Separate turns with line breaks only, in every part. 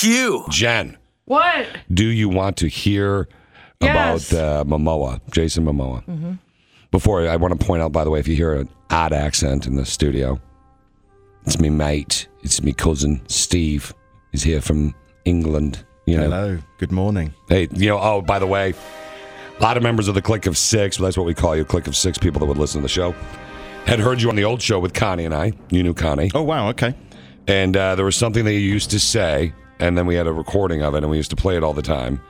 Q.
Jen,
What?
do you want to hear
Yes.
about uh, Momoa, Jason Momoa? Mm-hmm. Before, I want to point out, by the way, if you hear an odd accent in the studio, it's me mate, it's me cousin Steve. He's here from England. You know,
Hello. Good morning.
Hey, you know, oh, by the way, a lot of members of the Click of Six, well, that's what we call you, Click of Six people that would listen to the show, had heard you on the old show with Connie and I. You knew Connie.
Oh wow. Okay.
And uh, there was something that you used to say, and then we had a recording of it, and we used to play it all the time.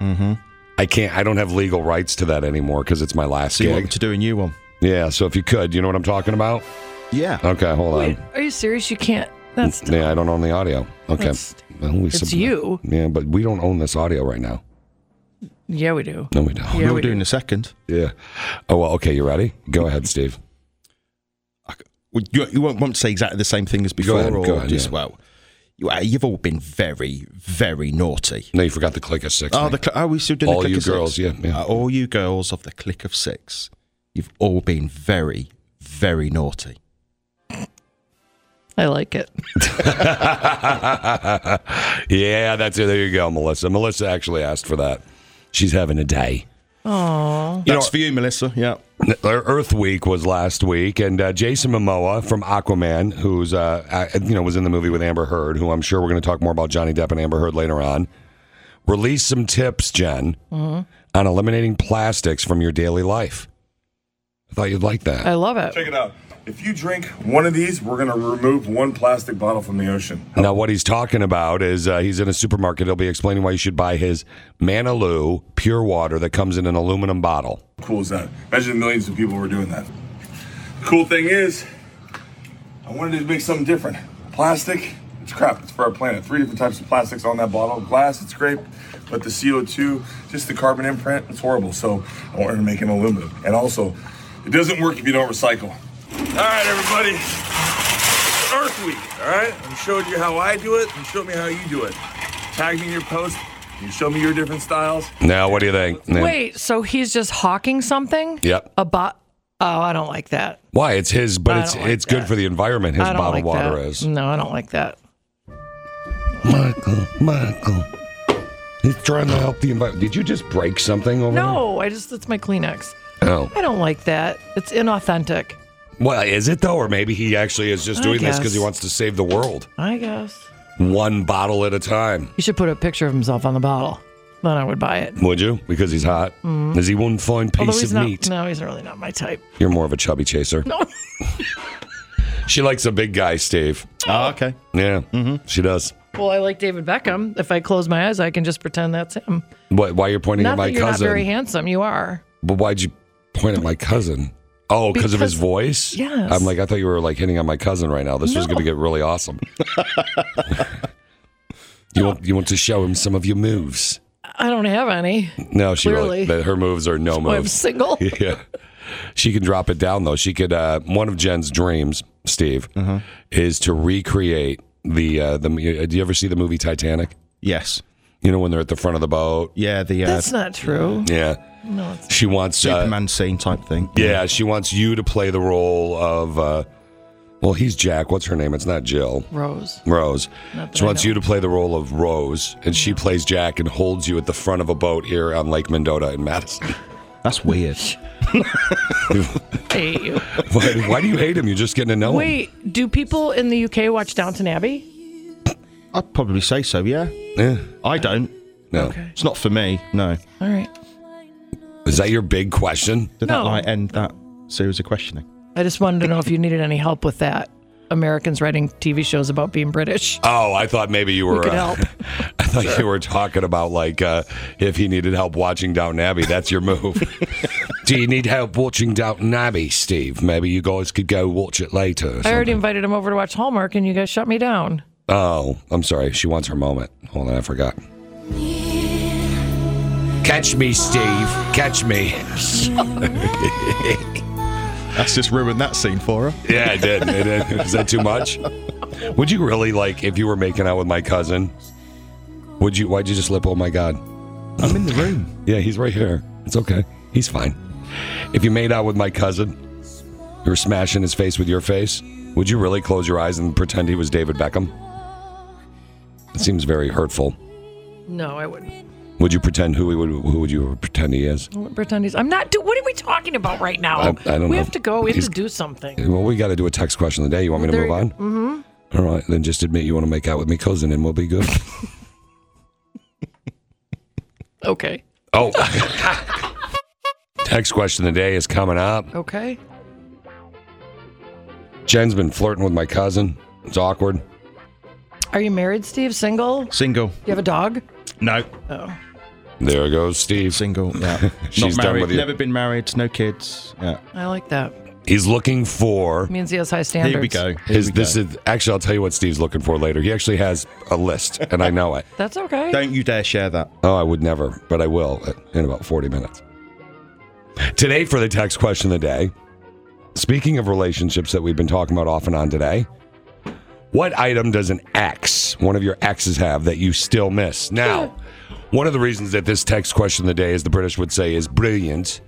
Mm-hmm. I can't, I don't have legal rights to that anymore because it's my last
So you
gig.
want to do a new one? Oh,
yeah, so if you could, you know what I'm talking about?
Yeah.
Okay, hold
Wait,
on.
are you serious? You can't. That's
Yeah, I don't own the audio. Okay.
That's-
Well, we
it's
sub-
you.
Yeah, but we don't own this audio right now.
yeah, we do.
No, we don't.
Yeah,
We'll
we
do
do.
in a second.
Yeah. Oh, well, okay, you ready? Go ahead, Steve.
Well, you, you won't want to say exactly the same thing as before,
ahead,
or
go ahead,
just
yeah.
well, you, uh, you've all been very, very naughty.
No, you forgot the click of six.
Oh,
thing.
the cl- oh, we still doing
All
the click
you
of six?
girls, yeah, yeah.
Uh, all you girls of the click of six, you've all been very, very naughty.
I like it.
yeah, that's it. There you go, Melissa. Melissa actually asked for that. She's having a day.
That's for you, Melissa. Yeah.
Earth Week was last week, and uh, Jason Momoa from Aquaman, who's uh, uh, you know was in the movie with Amber Heard, who I'm sure we're going to talk more about Johnny Depp and Amber Heard later on, released some tips, Jen,
Mm-hmm.
on eliminating plastics from your daily life. I thought you'd like that.
I love it.
Check it out. If you drink one of these, we're going to remove one plastic bottle from the ocean.
Now, what he's talking about is uh, he's in a supermarket. He'll be explaining why you should buy his Manaloo pure water that comes in an aluminum bottle.
How cool is that? Imagine millions of people were doing that. The cool thing is, I wanted to make something different. Plastic, it's crap, it's for our planet. Three different types of plastics on that bottle. Glass, it's great, but the CO2, just the carbon imprint, it's horrible. So I wanted to make an aluminum. And also, it doesn't work if you don't recycle. All right, everybody. Earth Week, all right? I showed you how I do it, and show me how you do it. Tag me in your post, you show me your different styles.
Now, what do you think? Nan?
Wait, so he's just hawking something?
Yep.
About. Oh, I don't like that.
Why? It's his, but
I
it's
don't like
it's good
that.
for the environment. His
I don't like
bottled water
that.
is.
No, I don't like that.
Michael, Michael, he's trying to help the environment. Did you just break something over
No, I just that's my Kleenex.
there? No.
I don't like that. It's inauthentic.
Well, is it though, or maybe he actually is just
I
doing this because he
guess.
wants to save the world,
I guess
one bottle at a time.
he should put a picture of himself on the bottle. Then I would buy it.
Would you? Because he's hot. Is he one fine
Mm.
piece
Although
of
he's not.
meat?
No, he's really not my type.
You're more of a chubby chaser.
No.
She likes a big guy, Steve.
Oh, okay.
Yeah, mm-hmm. she does.
Well, I like David Beckham. If I close my eyes, I can just pretend that's him.
Why, why you're pointing
Not
at my
that you're
cousin?
not very handsome. You are.
but why'd you point at my cousin? Oh, because of his
Because-
voice?
Yes.
I'm like, I thought you were like hitting on my cousin right now. This was going to get really awesome. you want you want to show him some of your moves?
I don't have any.
No, she
Clearly.
really. But her moves are no
I'm
moves.
single.
yeah. She can drop it down though. She could. Uh, one of Jen's dreams, Steve, is to recreate the uh, the. Do you ever see the movie Titanic?
Yes.
You know when they're at the front of the boat.
Yeah. The uh,
That's not true.
Yeah. she wants. Uh,
Superman scene type thing.
yeah, she wants you to play the role of. Uh, well, he's Jack. What's her name? It's not Jill.
Rose.
Rose.
Not that
She
I
wants
know.
you to play the role of Rose, and she plays Jack and holds you at the front of a boat here on Lake Mendota in Madison.
That's weird.
I hate you.
why, why do you hate him? You're just getting to know
Wait, do people in the UK watch Downton Abbey?
I'd probably say so. Yeah.
him. Eh,
I don't.
no.
It's not for me. No.
All right.
Is that your big question?
Did
No.
that like end that series of questioning?
I just wanted to know if you needed any help with that. Americans writing TV shows about being British.
Oh, I thought maybe you were.
could
uh,
help.
I thought you were talking about like uh, if he needed help watching Downton Abbey. That's your move. Do you need help watching Downton Abbey, Steve? Maybe you guys could go watch it later. or
I already
something.
invited him over to watch Hallmark and you guys shut me down.
Oh, I'm sorry. She wants her moment. Hold on, I forgot. Catch me, Steve. Catch me.
That's just ruined that scene for her.
Yeah, I did. I did. Is that too much? Would you really like if you were making out with my cousin? Would you? Why'd you just lip? Oh my god.
I'm in the room.
Yeah, he's right here. It's okay. He's fine. If you made out with my cousin, you were smashing his face with your face, would you really close your eyes and pretend he was David Beckham? It seems very hurtful.
No, I wouldn't.
Would you pretend who he would who would you pretend he is?
I wouldn't pretend he's. I'm not. Dude, what are we talking about right now?
I- I don't
we
know.
have to go. We have
He's-
to do something.
Well, we got to do a text question of the day. You want me to
There
move on?
you go. Mhm.
All right, then just admit you want to make out with me cousin, and we'll be good.
Okay.
oh, text question of the day is coming up.
Okay.
Jen's been flirting with my cousin. It's awkward.
Are you married, Steve? Single?
Single.
You have a dog?
No.
Oh.
There goes Steve.
Single. Yeah.
She's
Not
done
married.
with you.
Never been married. No kids. Yeah.
I like that.
He's looking for
Means he has high standards.
Here we go. Here
his.
we go.
This is actually. I'll tell you what Steve's looking for later. He actually has a list, and I know it.
That's okay.
Don't you dare share that.
Oh, I would never, but I will in about 40 minutes. Today, for the text question of the day, speaking of relationships that we've been talking about off and on today, what item does an ex, one of your exes, have that you still miss? Now, one of the reasons that this text question of the day, as the British would say, is brilliant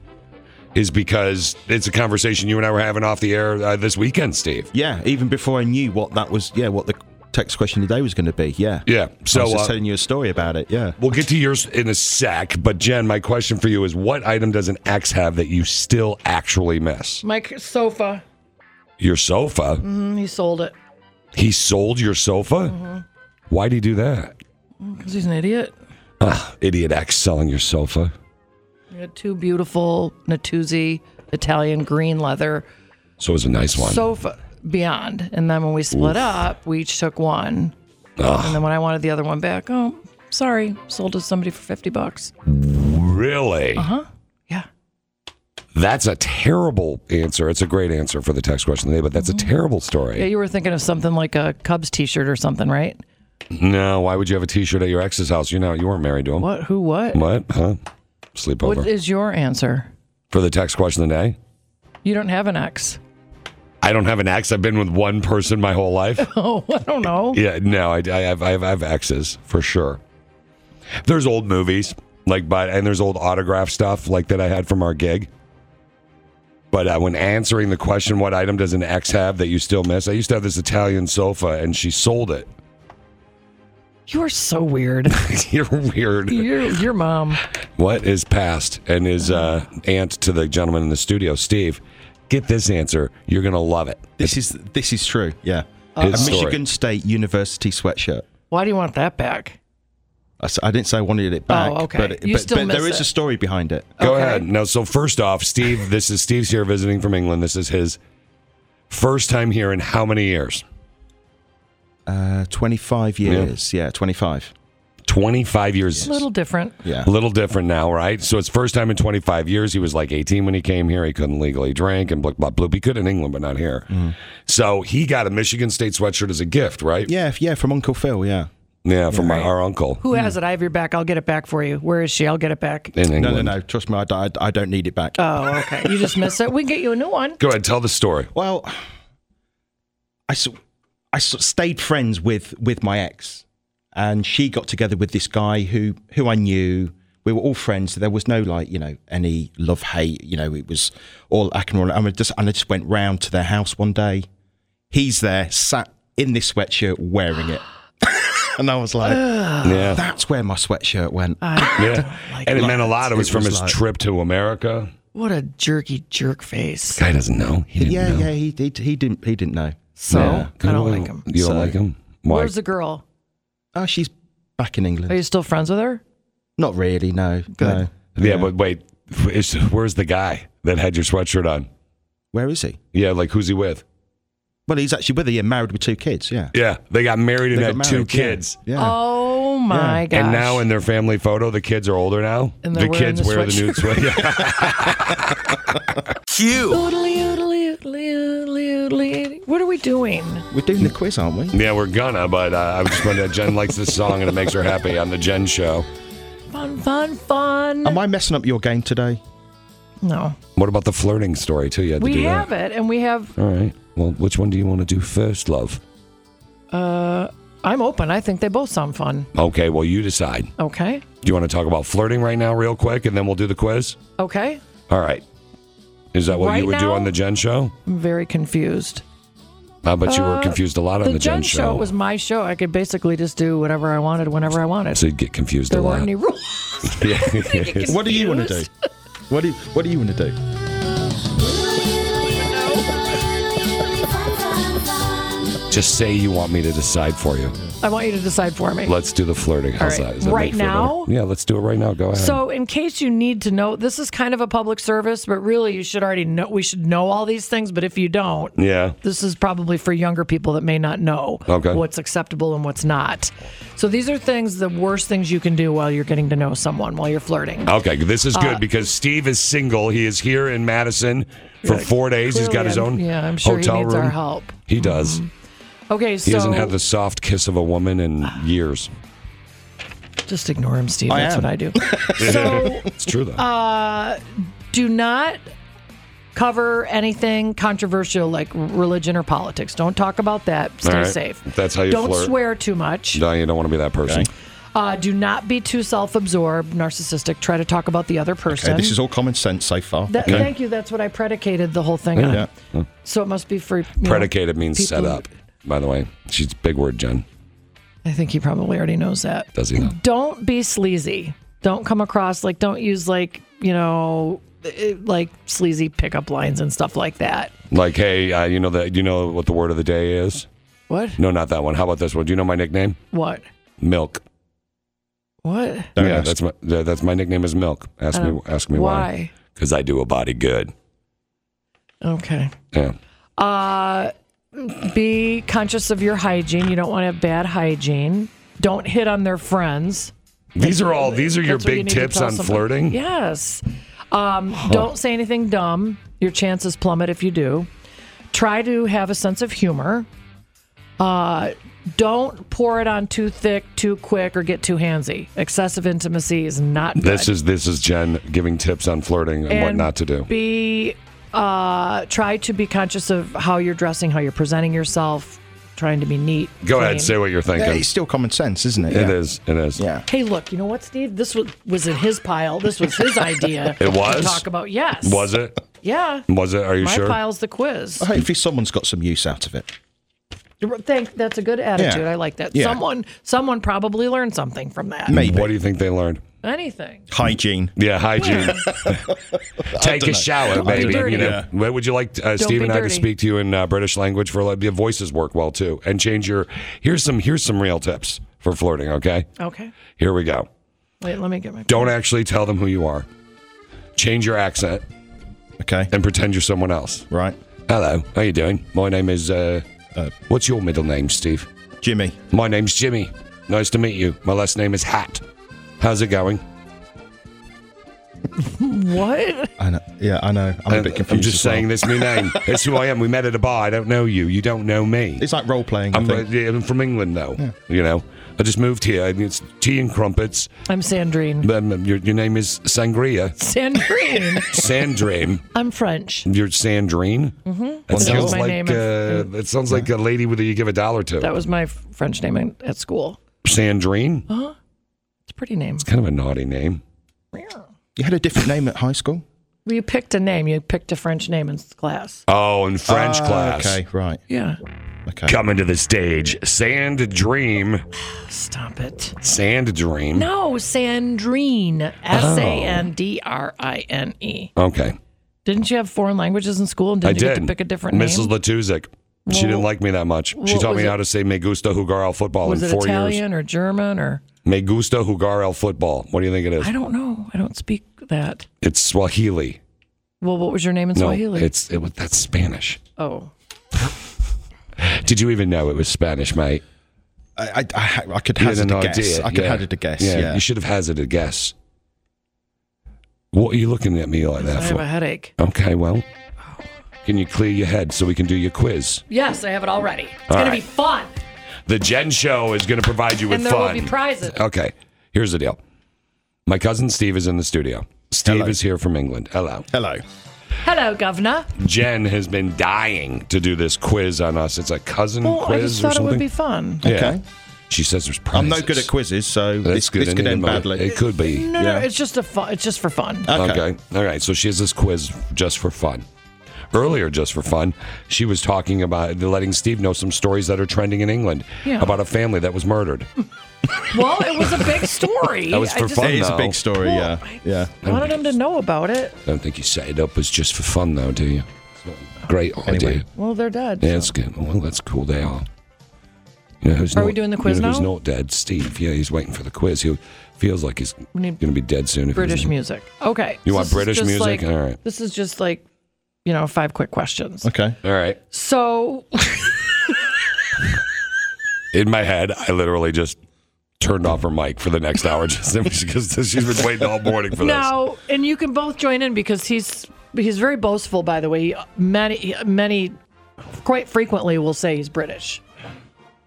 is because it's a conversation you and I were having off the air uh, this weekend, Steve.
Yeah. Even before I knew what that was. Yeah. What the text question today was going to be. Yeah.
Yeah.
So I
So
was just
uh,
telling you a story about it. Yeah.
We'll get to yours in a sec, but Jen, my question for you is what item does an ex have that you still actually miss?
My c- sofa.
Your sofa.
Mm, he sold it
He sold your sofa? Why'd he do that?
because he's an idiot.
Ah, idiot ex selling your sofa.
He had two beautiful Natuzzi Italian green leather
So it was a nice one.
sofa beyond. And then when we split up, we each took one. And then when I wanted the other one back, oh, sorry, sold to somebody for 50 bucks.
really?
Yeah.
That's a terrible answer. It's a great answer for the text question today, but that's a terrible story.
Yeah, you were thinking of something like a Cubs t shirt or something, right?
No, why would you have a t shirt at your ex's house? You know, you weren't married to him.
What? Who? What?
What? Huh? Sleepover.
What is your answer?
for the text question today?
You don't have an ex.
I don't have an ex. I've been with one person my whole life.
Oh, I don't know.
Yeah, no, I, I have I have I have exes for sure. There's old movies like, but and there's old autograph stuff like that I had from our gig. But uh, when answering the question, what item does an ex have that you still miss? I used to have this Italian sofa, and she sold it.
You are so weird.
You're weird.
your, your mom.
What is past? And is uh, aunt to the gentleman in the studio, Steve? Get this answer. You're gonna love it.
This is this is true. Yeah.
His
a
story.
Michigan State University sweatshirt.
Why do you want that back?
I s- I didn't say I wanted it back.
Oh, okay.
But, it-
You
but,
still
but there
miss it.
is a story behind it.
Go
Okay.
ahead. Now, so first off, Steve, this is Steve's here visiting from England. This is his first time here in how many years?
Uh, 25 years. Yeah. 25.
25 years.
A little different.
Yeah.
A little different now, right? So it's first time in 25 years. He was like 18 when he came here. He couldn't legally drink and blah, blah, blah. He could in England, but not here.
Mm-hmm.
So he got a Michigan State sweatshirt as a gift, right?
Yeah. f- Yeah. From Uncle Phil. Yeah.
Yeah, from my, our uncle
Who has it? I have your back. I'll get it back for you. Where is she? I'll get it back.
in England.
No, no, no. Trust me. I, d- I d- I don't need it back.
Uh.
Oh, okay. You just missed it. We can get you a new one.
Go ahead, tell the story.
well, I, s- I s- stayed friends with, with my ex, and she got together with this guy who, who I knew. We were all friends. So there was no like, you know, any love hate. You know, it was all I can. And I just and I just went round to their house one day. He's there, sat in this sweatshirt, wearing it, and I was like,
Uh,
Yeah.
"That's where my sweatshirt went."
Yeah. and it meant a lot. It
It
was from
was
his
like-
trip to America.
What a jerky jerk face.
Guy doesn't know. He didn't
yeah,
know.
yeah. He, he he didn't he didn't know.
So
Yeah.
I don't like him.
You don't
So-
like him? Why?
Where's the girl?
Oh, she's back in England.
Are you still friends with her?
Not really. No. No.
Yeah, but wait, is, where's the guy that had your sweatshirt on?
Where is he?
Yeah, like who's he with?
Well, he's actually with her. Yeah, married with two kids. Yeah.
Yeah, they got married and
They
had
got
two
married, yeah.
kids.
Yeah.
Oh my gosh.
And now in their family photo, the kids are older now.
And
the
they're wearing
kids
the
wear the new sweatshirt. Yeah.
Q.
Oodly, oodly, oodly, oodly, oodly. What are we doing?
We're doing the quiz, aren't we?
yeah, we're gonna, but uh, I was just wondering, Jen likes this song and it makes her happy on the Jen show.
Fun, fun, fun.
Am I messing up your game today?
no.
What about the flirting story, too? You had to
We
do
have
that.
it, and we have.
All right. Well, which one do you want to do first, love?
uh, I'm open. I think they both sound fun.
Okay, well, you decide.
Okay.
Do you want to talk about flirting right now, real quick, and then we'll do the quiz?
Okay.
All right. Is that what
Right
you would do
now?
on the Jen show?
I'm very confused.
I bet you were confused a lot on the,
Uh, the Jen show. was my show. I could basically just do whatever I wanted whenever I wanted.
so you'd get confused
there
a lot.
weren't any rules.
Yeah.
What do you want to do? What do you, What do you want to do?
Just say you want me to decide for you.
I want you to decide for me.
Let's do the flirting.
All
How's that?
right.
Does that
Right
make you feel
now?
better? Yeah, let's do it right now. Go ahead.
So, in case you need to know, this is kind of a public service, but really, you should already know. We should know all these things, but if you don't,
yeah.
this is probably for younger people that may not know
Okay.
what's acceptable and what's not. So, these are things, the worst things you can do while you're getting to know someone, while you're flirting.
Okay, this is
Uh,
good because Steve is single. He is here in Madison for four days. He's got
Clearly,
his
I'm-
own
yeah, I'm sure he
hotel
needs
room.
our help.
He does.
Okay,
He
so
hasn't had the soft kiss of a woman in years.
just ignore him, Steve.
I
That's
am.
what I do. so, uh,
It's true though.
do not cover anything controversial like religion or politics. Don't talk about that. Stay
All right.
safe.
If that's how you
Don't
flirt.
swear too much.
no, you don't want to be that person.
Okay.
Uh, do not be too self-absorbed, narcissistic. Try to talk about the other person.
Okay, this is all common sense so far.
That-
Okay.
Thank you. That's what I predicated the whole thing on.
yeah.
So it must be for you know,
Predicated means
people-
set up. By the way, she's big word, Jen.
I think he probably already knows that.
Does he know?
Don't be sleazy. Don't come across like. Don't use like you know it- like sleazy pickup lines and stuff like that.
Like, hey, uh, you know that you know what the word of the day is?
What?
No, not that one. How about this one? Do you know my nickname?
What?
Milk.
What?
Don't
yeah,
ask.
that's my tha- that's my nickname is Milk. Ask me ask me why.
Oh, Why?
Because I do a body good.
Okay.
Yeah.
Uh, be conscious of your hygiene. You don't want to have bad hygiene. Don't hit on their friends.
These are all these are your
That's what you
big
need to
tips
tell
on
somebody.
flirting.
Yes. Um, Don't say anything dumb. Your chances plummet if you do. Try to have a sense of humor. Uh, don't pour it on too thick, too quick, or get too handsy. Excessive intimacy is not good.
This is this is Jen giving tips on flirting and, what
And
not to do.
Be uh, try to be conscious of how you're dressing, how you're presenting yourself, trying to be neat.
Go ahead,
clean.
say what you're
Yeah,
thinking.
it's still common sense, isn't it?
It
yeah.
is. It is.
Yeah.
Hey, look, you know what, Steve? This was was in his pile. This was his idea.
It was?
to talk about. Yes,
Was it?
Yeah,
Was it? Are you
my
sure?
pile's the quiz.
Hopefully, someone's got some use out of it.
Thank. That's a good attitude. I like that.
Yeah.
Someone, someone probably learned something from that.
Maybe
What do you think they learned?
Anything.
hygiene.
Yeah, hygiene. Take a
dunno.
shower,
Don't be
baby.
dirty.
You know,
Yeah.
What would you like uh, Steve
be
and I to
dirty.
speak to you in uh, British language for like, your voices work well too, and change your. Here's some here's some real tips for flirting. Okay,
Okay.
here we go.
Wait, let me get my.
Don't actually tell them who you are. Change your accent
Okay.
and pretend you're someone else.
Right.
Hello, how you doing? My name is. Uh,
Uh,
what's your middle name, Steve?
Jimmy.
My name's Jimmy. Nice to meet you. My last name is Hat. How's it going?
What?
I know. Yeah, I know. I'm a bit confused.
I'm just
as well.
saying that's my name. it's who I am. We met at a bar. I don't know you. You don't know me.
It's like role playing. I
I'm, uh,
think.
yeah, I'm from England, though. You know, I just moved here. and It's tea and crumpets.
I'm Sandrine.
Um, your, your name is Sangria.
Sandrine.
Sandrine.
I'm French.
You're Sandrine. Mm-hmm. That
Bonjour.
sounds
My
like
name
uh,
is-
that sounds like a lady with you give a dollar to.
That was my f- French name in- at school.
Sandrine.
It's a pretty name.
Kind of a naughty name.
You had a different name at high school.
Well, you picked a name. You picked a French name in class.
Oh, in French
Ah,
class.
Okay. Right.
Yeah.
Okay.
Coming to the stage, Sand Dream.
Stop it.
Sand Dream.
No, Sandrine. S A N D R I N E.
Okay.
Didn't you have foreign languages in school? And
I
didn't you
did.
get to pick a different name?
Mrs. Latuzik. She didn't like me that much. She
what
taught me
was it?
how to say Me Gusta Jugar al Football
was
in
it
four years.
Italian or German or
Me Gusta Jugar al Football. What do you think it is?
I don't know. I don't speak that.
It's Swahili.
Well, what was your name in
No,
Swahili?
it's it was that's Spanish.
oh,
Did you even know it was Spanish, mate?
I, I, I, I could
You had
hazard
an
a guess.
idea.
I could
yeah.
hazard a guess. Yeah.
you should have hazarded a guess. What are you looking at me like
I
that
have a
for?
headache.
Okay, well, can you clear your head so we can do your quiz?
Yes, I have it already. It's
All
gonna
right.
be fun,
The Jen Show is going to provide you with
and there
fun.
will be prizes.
Okay, here's the deal. My cousin Steve is in the studio. Steve
Hello.
is here from England. Hello.
Hello.
Hello, Governor.
Jen has been dying to do this quiz on us. It's a cousin
Well, Oh, I just
quiz or
thought it
something.
would be fun.
Yeah.
Okay.
She says there's prizes.
I'm no good at quizzes, so
That's
this,
good.
this could
Any
end
moment.
badly.
It could be.
No,
Yeah.
no, it's just a fun. It's just for fun.
Okay.
Okay.
All right. So she has this quiz just for fun. earlier just for fun. She was talking about letting Steve know some stories that are trending in England
Yeah.
about a family that was murdered.
Well, it was a big story.
That was
I
for
just-
fun,
It is a
though.
big story,
Well,
yeah.
I
Yeah.
Wanted him to know about it.
Don't think you set it up as just for fun, though, do you? It's not a Great idea.
Anyway.
Well, they're dead.
Yeah, that's good. Oh, Well, that's cool. They are. You know, who's
Are
not,
we doing the quiz
you know who's
now?
not dead? Steve. Yeah, he's waiting for the quiz. He feels like he's
We
going
need
to be dead soon. If he
British
doesn't-
music. Okay.
You
so
want
this is
British
just
music?
like-
All right.
This is just like, you know, five quick questions.
Okay.
All right.
So,
In my head, I literally just turned off her mic for the next hour just because she's been waiting all morning for
now, and you can both join in because he's he's very boastful. By the way, He- many many quite frequently will say he's British.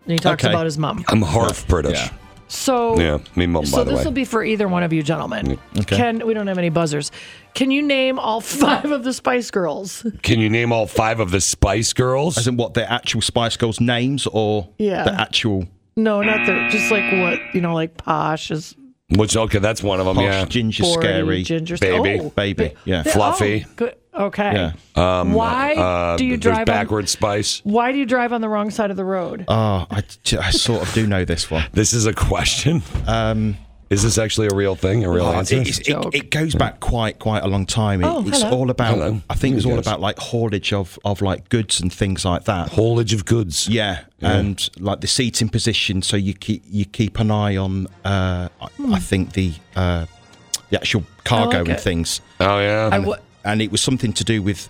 And he talks
Okay.
about his mum.
this. I'm half British.
So
Yeah. Me mum, by
So
the
this
way.
will be for either one of you gentlemen.
Okay.
Can we don't have any buzzers? Can you name all five of the Spice Girls?
Can you name all five of the Spice Girls?
As in what their actual Spice Girls names or
Yeah.
the actual
No, not the just like what you know, like Posh is
Which, okay, that's one of them,
posh
yeah.
ginger
40,
scary
ginger
Baby.
oh,
baby? Yeah. Um,
They-
Fluffy.
oh, good. Okay. why
Uh,
do you
there's
drive on,
backwards Spice.
Why do you drive on the wrong side of the road?
Oh, I, I sort of do know this one.
This is a question. Um, is this actually a real thing? A real
Oh, It,
answer?
it, it, it goes back quite quite a long time. It,
Oh,
it's
hello.
all about.
Hello.
I think it was
Here
all
goes.
about like haulage of of like goods and things like that.
haulage of goods.
Yeah, and like the seating position, so you keep you keep an eye on. Uh, I- I think the uh, the actual cargo
like
and
it.
things,
Oh yeah.
I w-
and it was something to do with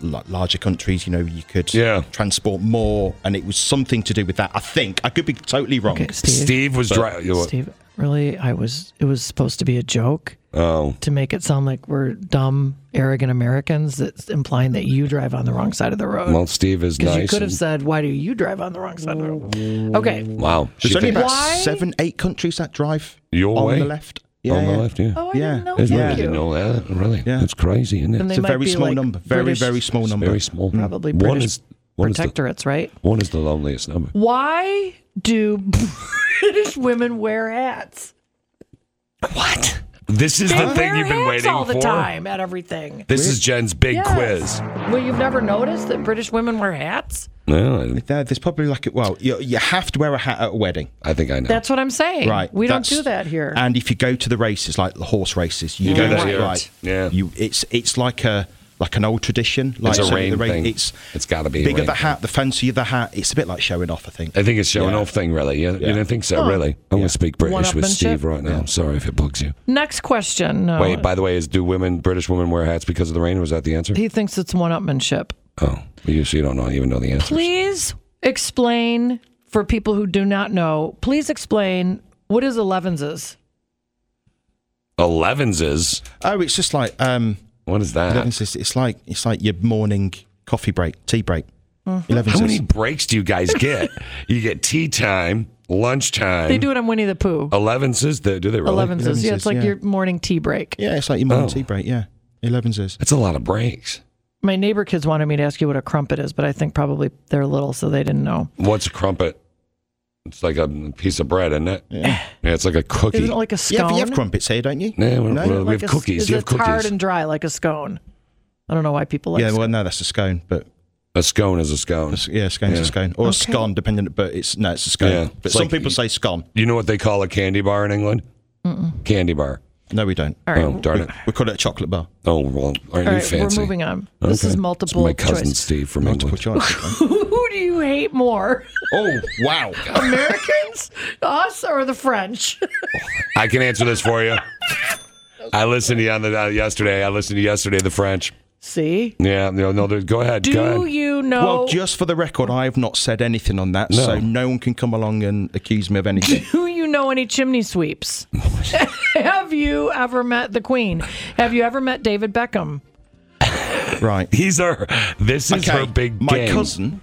like larger countries. You know, you could
Yeah.
transport more, and it was something to do with that. I think I could be totally wrong.
okay, Steve.
Steve was driving.
Steve, really, I was. It was supposed to be a joke
Oh,
to make it sound like we're dumb, arrogant Americans. That's implying that you drive on the wrong side of the road.
well, Steve is
Because
nice.
you could have
and-
said, "Why do you drive on the wrong side of the road?" Okay.
wow.
There's
she
only
thinks-
about
Why?
seven, eight countries that drive
Your
on
way?
the left. Yeah,
on the
yeah.
left. Yeah.
Oh, I
Yeah.
didn't know.
There's no
Thank
reason
you.
to know that. Really.
Yeah.
That's crazy, isn't
And
it?
they
It's a
might
very
be,
small
like,
number. Very,
British
very small number.
Very small.
Probably
One
British
is one is, the,
protectorates, right?
one is the loneliest number.
Why do British women wear hats?
What? This is
They
the thing
wear
you've been
hats
waiting
all the
for.
time at everything.
This is Jen's big
Yes.
quiz.
Well, you've never noticed that British women wear hats.
No, I,
There, there's probably like a, well, you, you have to wear a hat at a wedding,
I think I know.
That's what I'm saying.
right?
We don't
That's-
do that here.
And if you go to the races, like the horse races, you
do
don't
that here.
right?
Yeah.
you it's it's like a like an old tradition. Like
It's a
so
rain
the ra-
thing.
It's
It's gotta be a
bigger
rain
the
thing.
hat, the fancier the hat. It's a bit like showing off, I think.
I think it's showing
Yeah.
off thing, really. Yeah, you don't think so, really? I'm going to speak British with
One-upmanship?
Steve right now. I'm sorry if it bugs you.
Next question. No,
Wait, by the way, is do women British women wear hats because of the rain? Was that the answer?
he thinks it's one-upmanship.
Oh, you, so you don't know, even know the answer.
Please explain for people who do not know. Please explain what is elevenses.
Elevens is
Oh, it's just like um,
what is that?
Eleven's is- it's like it's like your morning coffee break, tea break.
Mm-hmm.
Eleven's
How
is-
many breaks do you guys get? you get tea time, lunchtime.
They do it on Winnie the Pooh.
Elevens is the, do they Oh, really?
Elevenses. Yeah, it's
Elevenses,
like
yeah.
your morning tea break.
Yeah, it's like your morning
Oh.
tea break. Yeah, eleven's is.
That's a lot of breaks.
My neighbor kids wanted me to ask you what a crumpet is, but I think probably they're little, so they didn't know.
What's a crumpet? It's like a piece of bread, isn't it? Yeah, it's like a cookie.
Isn't it like a
Yeah,
scone?
but you have crumpets here, don't you?
Nah, we don't- we
Like
have
a-
cookies.
Is
You
it
have cookies.
hard and dry like a scone? I don't know why people like.
Yeah,
Yeah,
well, no, that's a scone, but
a scone is a scone.
yeah, scone's a scone or a scone, depending. But it's no, it's a scone.
Yeah.
But
It's
some
like-
people say scone.
You know what they call a candy bar in England? Candy bar.
No, we don't.
Oh, darn it.
We call it a chocolate bar.
Oh, well, aren't
All
you
right,
fancy?
we're moving on. This is
Okay.
multiple
my cousin
choice.
Steve from
Multiple
England.
choice.
Who do you hate more,
oh wow!
Americans, us, or the French?
I can answer this for you. I listened to you on the uh, yesterday. I listened to yesterday the French.
See,
Yeah, no, no. there- Go ahead.
do
go ahead.
you know?
Well, just for the record, I have not said anything on that, so no one can come along and accuse me of anything.
Do you know any chimney sweeps? Have you ever met the Queen? Have you ever met David Beckham?
right?
These are. This is her big
my
game.
cousin,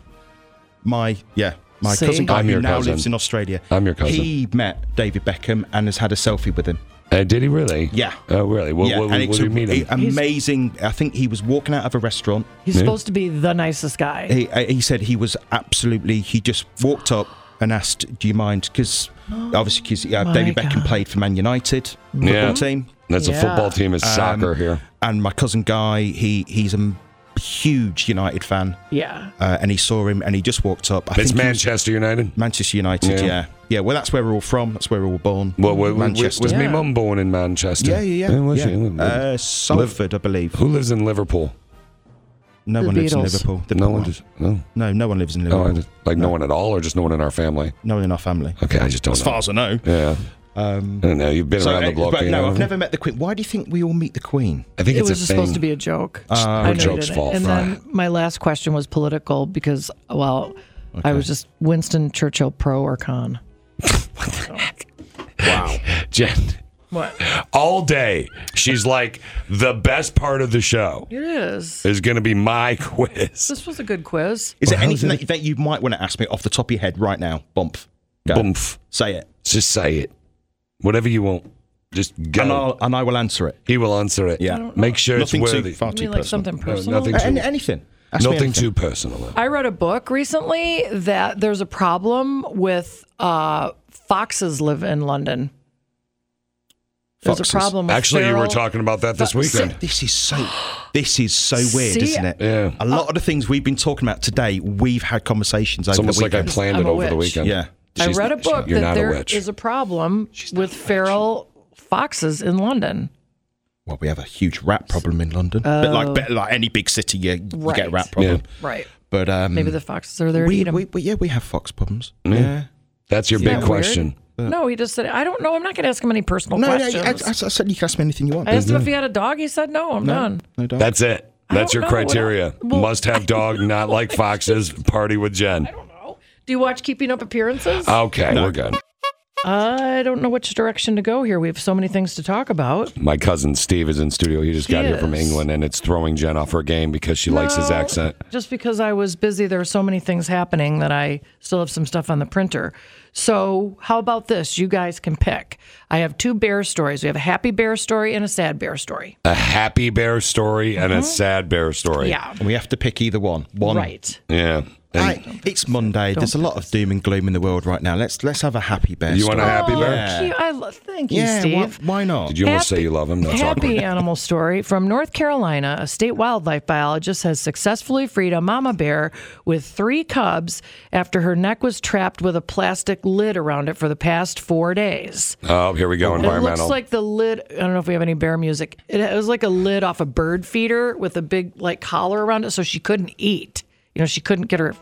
my yeah, my
See?
cousin guy
I'm your
who now
cousin.
lives in Australia.
I'm your cousin.
He met David Beckham and has had a selfie with him.
Uh, did he really?
Yeah.
Oh, really? Well,
yeah,
well,
and
well,
it's
you
a-
meet him?
a- amazing. I think he was walking out of a restaurant.
He's supposed to be the nicest guy.
He, uh, he said he was absolutely. He just walked up and asked, "Do you mind?" Because obviously, because
my
uh, David Beckham
God.
played for Man United football
Yeah.
team.
That's a
Yeah.
Um,
football team. Is soccer here?
and my cousin Guy, he he's a huge United fan,
Yeah.
uh, and he saw him and he just walked up. I
It's
think he was-
Manchester United.
Manchester United,
Yeah.
yeah. yeah, Well, that's where we're all from. That's where we're all born.
Well, wa- wa- wa-
Manchester.
was me
Yeah.
mum born in Manchester?
yeah, yeah, yeah.
was
yeah.
she? Liv-
Uh, Salford, I believe.
Who lives in Liverpool?
No
The
one lives in
Beatles.
Liverpool. The-
No one does. No.
No, no one lives in
No,
Liverpool.
I just, like no. one at all, or just no one in our family.
no one in our family.
Okay, I just don't
As
know.
far as I know.
Yeah,
Um,
I don't know. You've been
so,
around the
uh,
block.
but
you
no,
know?
I've never met the Queen. Why do you think we all meet the Queen?
I think
It
it's
was
a
just
thing. Uh,
supposed to be a joke. I
her
know you
joke's
didn't.
fault.
And then my last question was political because, well, I was just Winston Churchill pro or con.
Jen,
What?
all day she's like the best part of the show
It is.
is going to be my quiz.
This was a good quiz.
Is there
Well, how's
anything
it-
that, that you might want to ask me off the top of your head right now? Bump. Go.
Boomf.
Say it.
Just say it. Whatever you want. Just go.
And, I'll, and I will answer it.
he will answer it.
Yeah. I don't
Make sure
Nothing
it's
too
worthy.
far
I
too
mean, like
personal.
something
No,
personal.
nothing
A- any-
too-
anything. Ask me
Nothing
anything.
too personal.
I read a book recently that there's a problem with uh, foxes live in London. There's
Foxes.
a problem. With
Actually, you were
feral-
talking about that this
But-
weekend.
This is so. This is so weird,
See?
isn't it?
Yeah.
A lot of the things we've been talking about today, we've had conversations
It's
over
almost
the
like I
weekend.
planned
I'm
it
a
over the
witch.
weekend.
yeah.
I
She's-
read a book
You're
that
not a
there
witch.
is a problem with feral foxes in London.
Well, we have a huge rat problem in London. But like, but like any big city, you, you get a
Oh. Right.
rat problem.
Right.
But um,
Maybe the foxes are there to
we,
eat them.
we, we- yeah, we have fox problems.
That's your
Isn't that
big
weird?
question.
No, he just said, I don't know. I'm not going to ask him any personal
No, no,
questions. Eh?
I, I, I said you can ask me anything you want.
I asked him if he had a dog. He said, no, I'm done.
no doubt.
That's it. That's your
don't know what
criteria.
else- well-
Must have dog, not like foxes, party with Jen.
I don't know. Oh, Do you watch Keeping Up Appearances?
Okay, we're good.
I don't know which direction to go here. We have so many things to talk about.
My cousin Steve is in studio. He just got here from
Yes.
England, and it's throwing Jen off her game because she likes his
No,
accent.
Just because I was busy, there are so many things happening that I still have some stuff on the printer. So, how about this? You guys can pick. I have two bear stories. We have a happy bear story and a sad bear story.
A happy bear story and a sad bear story.
Uh-huh. Yeah.
and we have to pick either one. One.
Right.
Yeah. And
I- it's Monday. There's a lot of doom and gloom in the world right now. Let's let's have a happy bear.
You want a
story.
happy
oh,
bear?
Cute. I lo- thank you,
Yeah.
Steve.
Why, why not?
Did you almost say you love him? That's
happy
awkward.
animal story from North Carolina. A state wildlife biologist has successfully freed a mama bear with three cubs after her neck was trapped with a plastic lid around it for the past four days.
Oh, here we go.
It
Environmental.
looks like the lid. I don't know if we have any bear music. It, it was like a lid off a bird feeder with a big like collar around it, so she couldn't eat. You know, she couldn't get her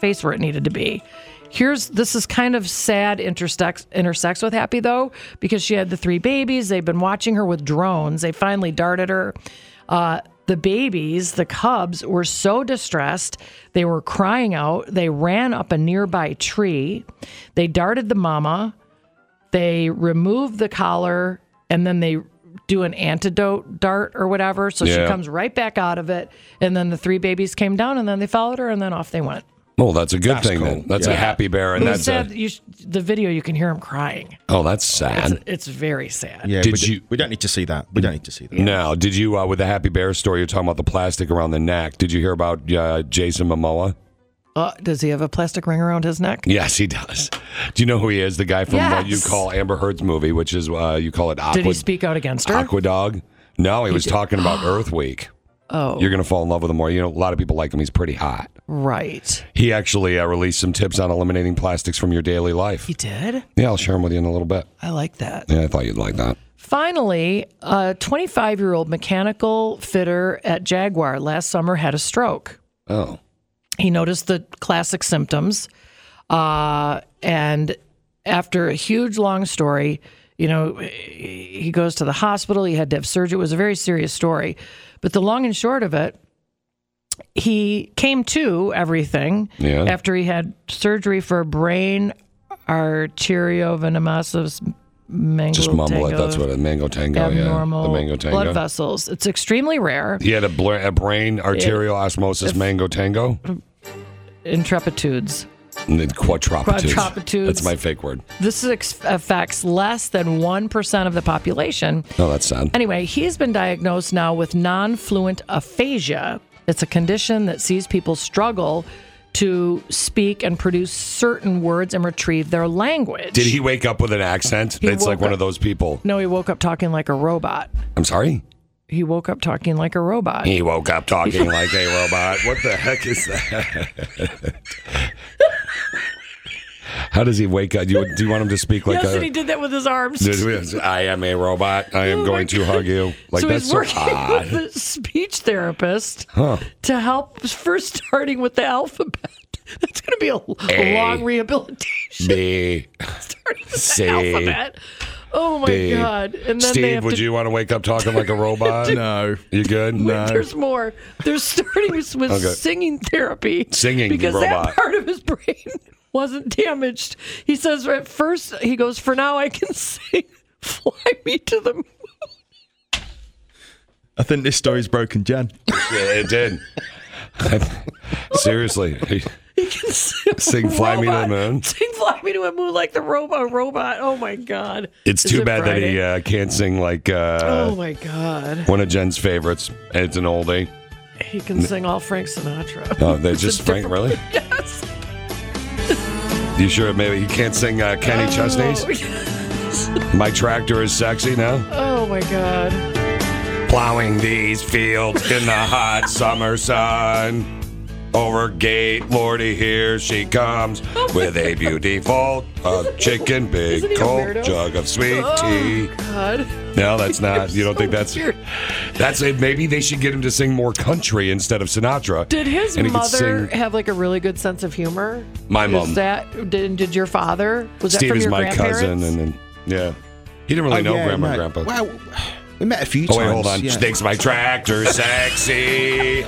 face where it needed to be. Here's this is kind of sad intersects intersects with happy though because she had the three babies. They've been watching her with drones. They finally darted her. Uh, the babies, the cubs, were so distressed. They were crying out. They ran up a nearby tree. They darted the mama. They remove the collar and then they do an antidote dart or whatever. So
Yeah.
she comes right back out of it. And then the three babies came down and then they followed her and then off they went.
well, Oh, that's a good thing then.
cool.
That's a happy bear, and
It was sad.
that's a,
that you sh- the video, you can hear him crying.
oh, that's sad.
It's very sad.
Yeah,
Did
we, do-
you-
we don't need to see that. We don't need to see that.
Now, did you uh, with the Happy Bear story? You're talking about the plastic around the neck. Did you hear about uh, Jason Momoa?
Uh, does he have a plastic ring around his neck?
Yes, he does. Do you know who he is? The guy from what you
Yes.
call Amber Heard's movie, which is uh, you call it Aqua,
Did he speak out against her?
Aqua Dog. No, he, was talking about Earth Week.
Oh,
You're gonna fall in love with him more. You know, a lot of people like him. He's pretty hot.
right.
He actually uh, released some tips on eliminating plastics from your daily life.
He did?
Yeah, I'll share them with you in a little bit.
I like that.
Yeah, I thought you'd like that.
Finally, a 25 year old mechanical fitter at Jaguar last summer had a stroke.
Oh,
he noticed the classic symptoms uh, and after a huge long story you know he goes to the hospital he had to have surgery it was a very serious story but the long and short of it he came to everything
Yeah.
after he had surgery for brain arteriovenous mangle
just mumble it. That's what a mango tango.
abnormal
yeah, the mango tango.
blood vessels it's extremely rare
He had a, bl- a brain arterial osmosis mango tango.
intrepitudes
And then quadropitudes.
Quadropitudes.
That's my fake word.
This ex- affects less than 1% of the population.
No, that's sad.
Anyway, he's been diagnosed now with non fluent aphasia. It's a condition that sees people struggle to speak and produce certain words and retrieve their language.
Did he wake up with an accent?
He
it's like
woke
one
up-
of those people.
No, he woke up talking like a robot.
I'm sorry?
he woke up talking like a robot.
He woke up talking like a robot. What the heck is that? How does he wake up? Do you, do you want him to speak like
yes,
a?
and he did that with his arms.
I am a robot. I am
Oh my
going to
God.
hug you. Like
so
that's
he's
so
working
odd.
with a speech therapist
Huh.
to help first starting with the alphabet. That's going to be a, a
A.
long rehabilitation.
B.
Starting with the
C.
alphabet. Oh my
B.
god! And then they
Steve,
have
would
to.
you want to wake up talking like a robot?
No.
You good? No.
There's more. They're starting with, with
Okay.
singing therapy.
Singing
because
robot.
that part of his brain wasn't damaged. He says at first he goes, "For now, I can sing." Fly me to the moon.
I think this story's broken, Jan.
It did. Seriously.
He can sing,
Sing Fly Me to the
Robot.
Moon?
Sing Fly Me to the Moon like the robot robot. Oh my god.
It's
Is
too
it
bad that he
Friday?
uh, can't sing like uh,
oh my god.
one of Jen's favorites. And it's an oldie.
He can sing all Frank Sinatra.
Oh, they
It's a
just Frank,
different-
really?
Yes.
You sure maybe he can't sing uh,
Oh,
Kenny Chesney's? My tractor is sexy now.
Oh my god.
Plowing these fields in the hot summer sun. Over gate, Lordy, here she comes with a beautiful of chicken,
Oh Isn't he
big
a
cold
weirdo?
jug of sweet tea.
Oh god.
No, that's not. You don't
so
think that's
weird.
that's it? Maybe they should get him to sing more country instead of Sinatra.
Did his
And he could
mother
sing-
have like a really good sense of humor?
My
Is
mom.
that did, did your father? Was that
Steve
from
is
your
my
grandparents?
cousin, and then yeah, he didn't really
Oh,
know Oh, grandma and grandpa.
Well, we met a few
Oh
times.
wait, hold on.
yeah.
She thinks my tractor sexy.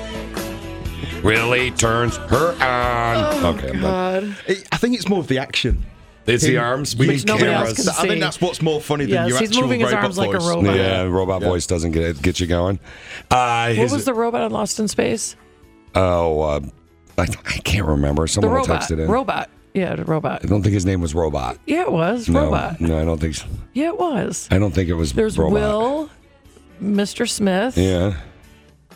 Really turns her on. okay,
Oh,
I'm done.
God.
It- I think it's more of the action.
It's the
Him-
arms. We
Which
need
nobody else
cameras.
can
I
see.
think that's what's more funny than
Yes,
your
he's
actual
moving his
robot
arms like a
voice.
robot.
Yeah, robot voice doesn't get get you going. Uh,
What
his,
was the robot on Lost in Space?
oh, uh, I, I can't remember.
The
Someone will
robot.
text it in.
Robot. Yeah, the robot.
I don't think his name was Robot.
Yeah, it was.
No,
Robot.
no, I don't think. So.
Yeah, it was.
I don't think it was.
There's
robot.
Will, Mr. Smith.
Yeah.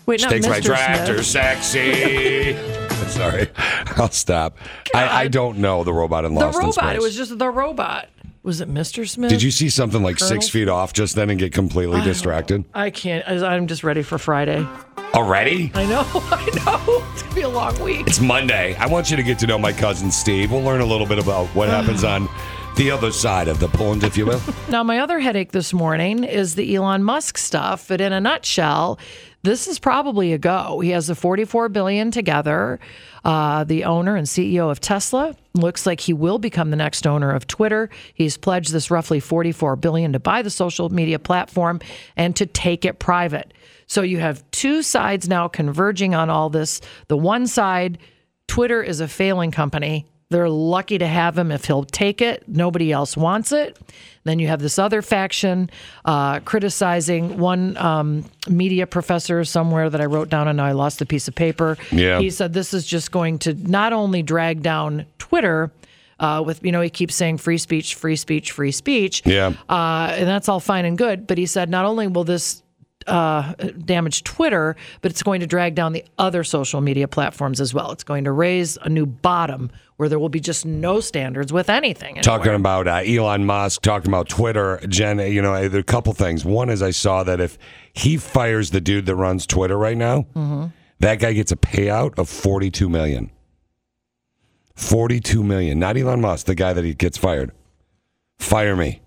Wait, not
Takes my
Mr.
tractor
Smith.
sexy. Sorry, I'll stop. I, I don't know the robot in
The
Lost in
robot.
Space.
It was just the robot. Was it Mr. Smith?
Did you see something like
Colonel?
six feet off just then and get completely distracted?
I can't. I- I'm just ready for Friday.
Already?
I know. I know. It's gonna be a long week.
It's Monday. I want you to get to know my cousin Steve. We'll learn a little bit about what happens on the other side of the pond, if you will.
Now, my other headache this morning is the Elon Musk stuff. But in a nutshell, this is probably a go. He has the 44 billion together. Uh, the owner and CEO of Tesla looks like he will become the next owner of Twitter. He's pledged this roughly 44 billion to buy the social media platform and to take it private. So you have two sides now converging on all this. The one side Twitter is a failing company. They're lucky to have him if he'll take it. Nobody else wants it. Then you have this other faction uh, criticizing one um, media professor somewhere that I wrote down and now I lost the piece of paper.
Yeah.
He said this is just going to not only drag down Twitter. Uh, with you know he keeps saying free speech free speech free speech
Yeah.
uh, and that's all fine and good but he said not only will this uh, damage Twitter, but it's going to drag down the other social media platforms as well. It's going to raise a new bottom where there will be just no standards with anything. anymore.
Talking about uh, Elon Musk, talking about Twitter, Jen, you know, there are a couple things. One is I saw that if he fires the dude that runs Twitter right now,
Mm-hmm.
that guy gets a payout of 42 million. 42 million. Not Elon Musk, the guy that he gets fired. Fire me.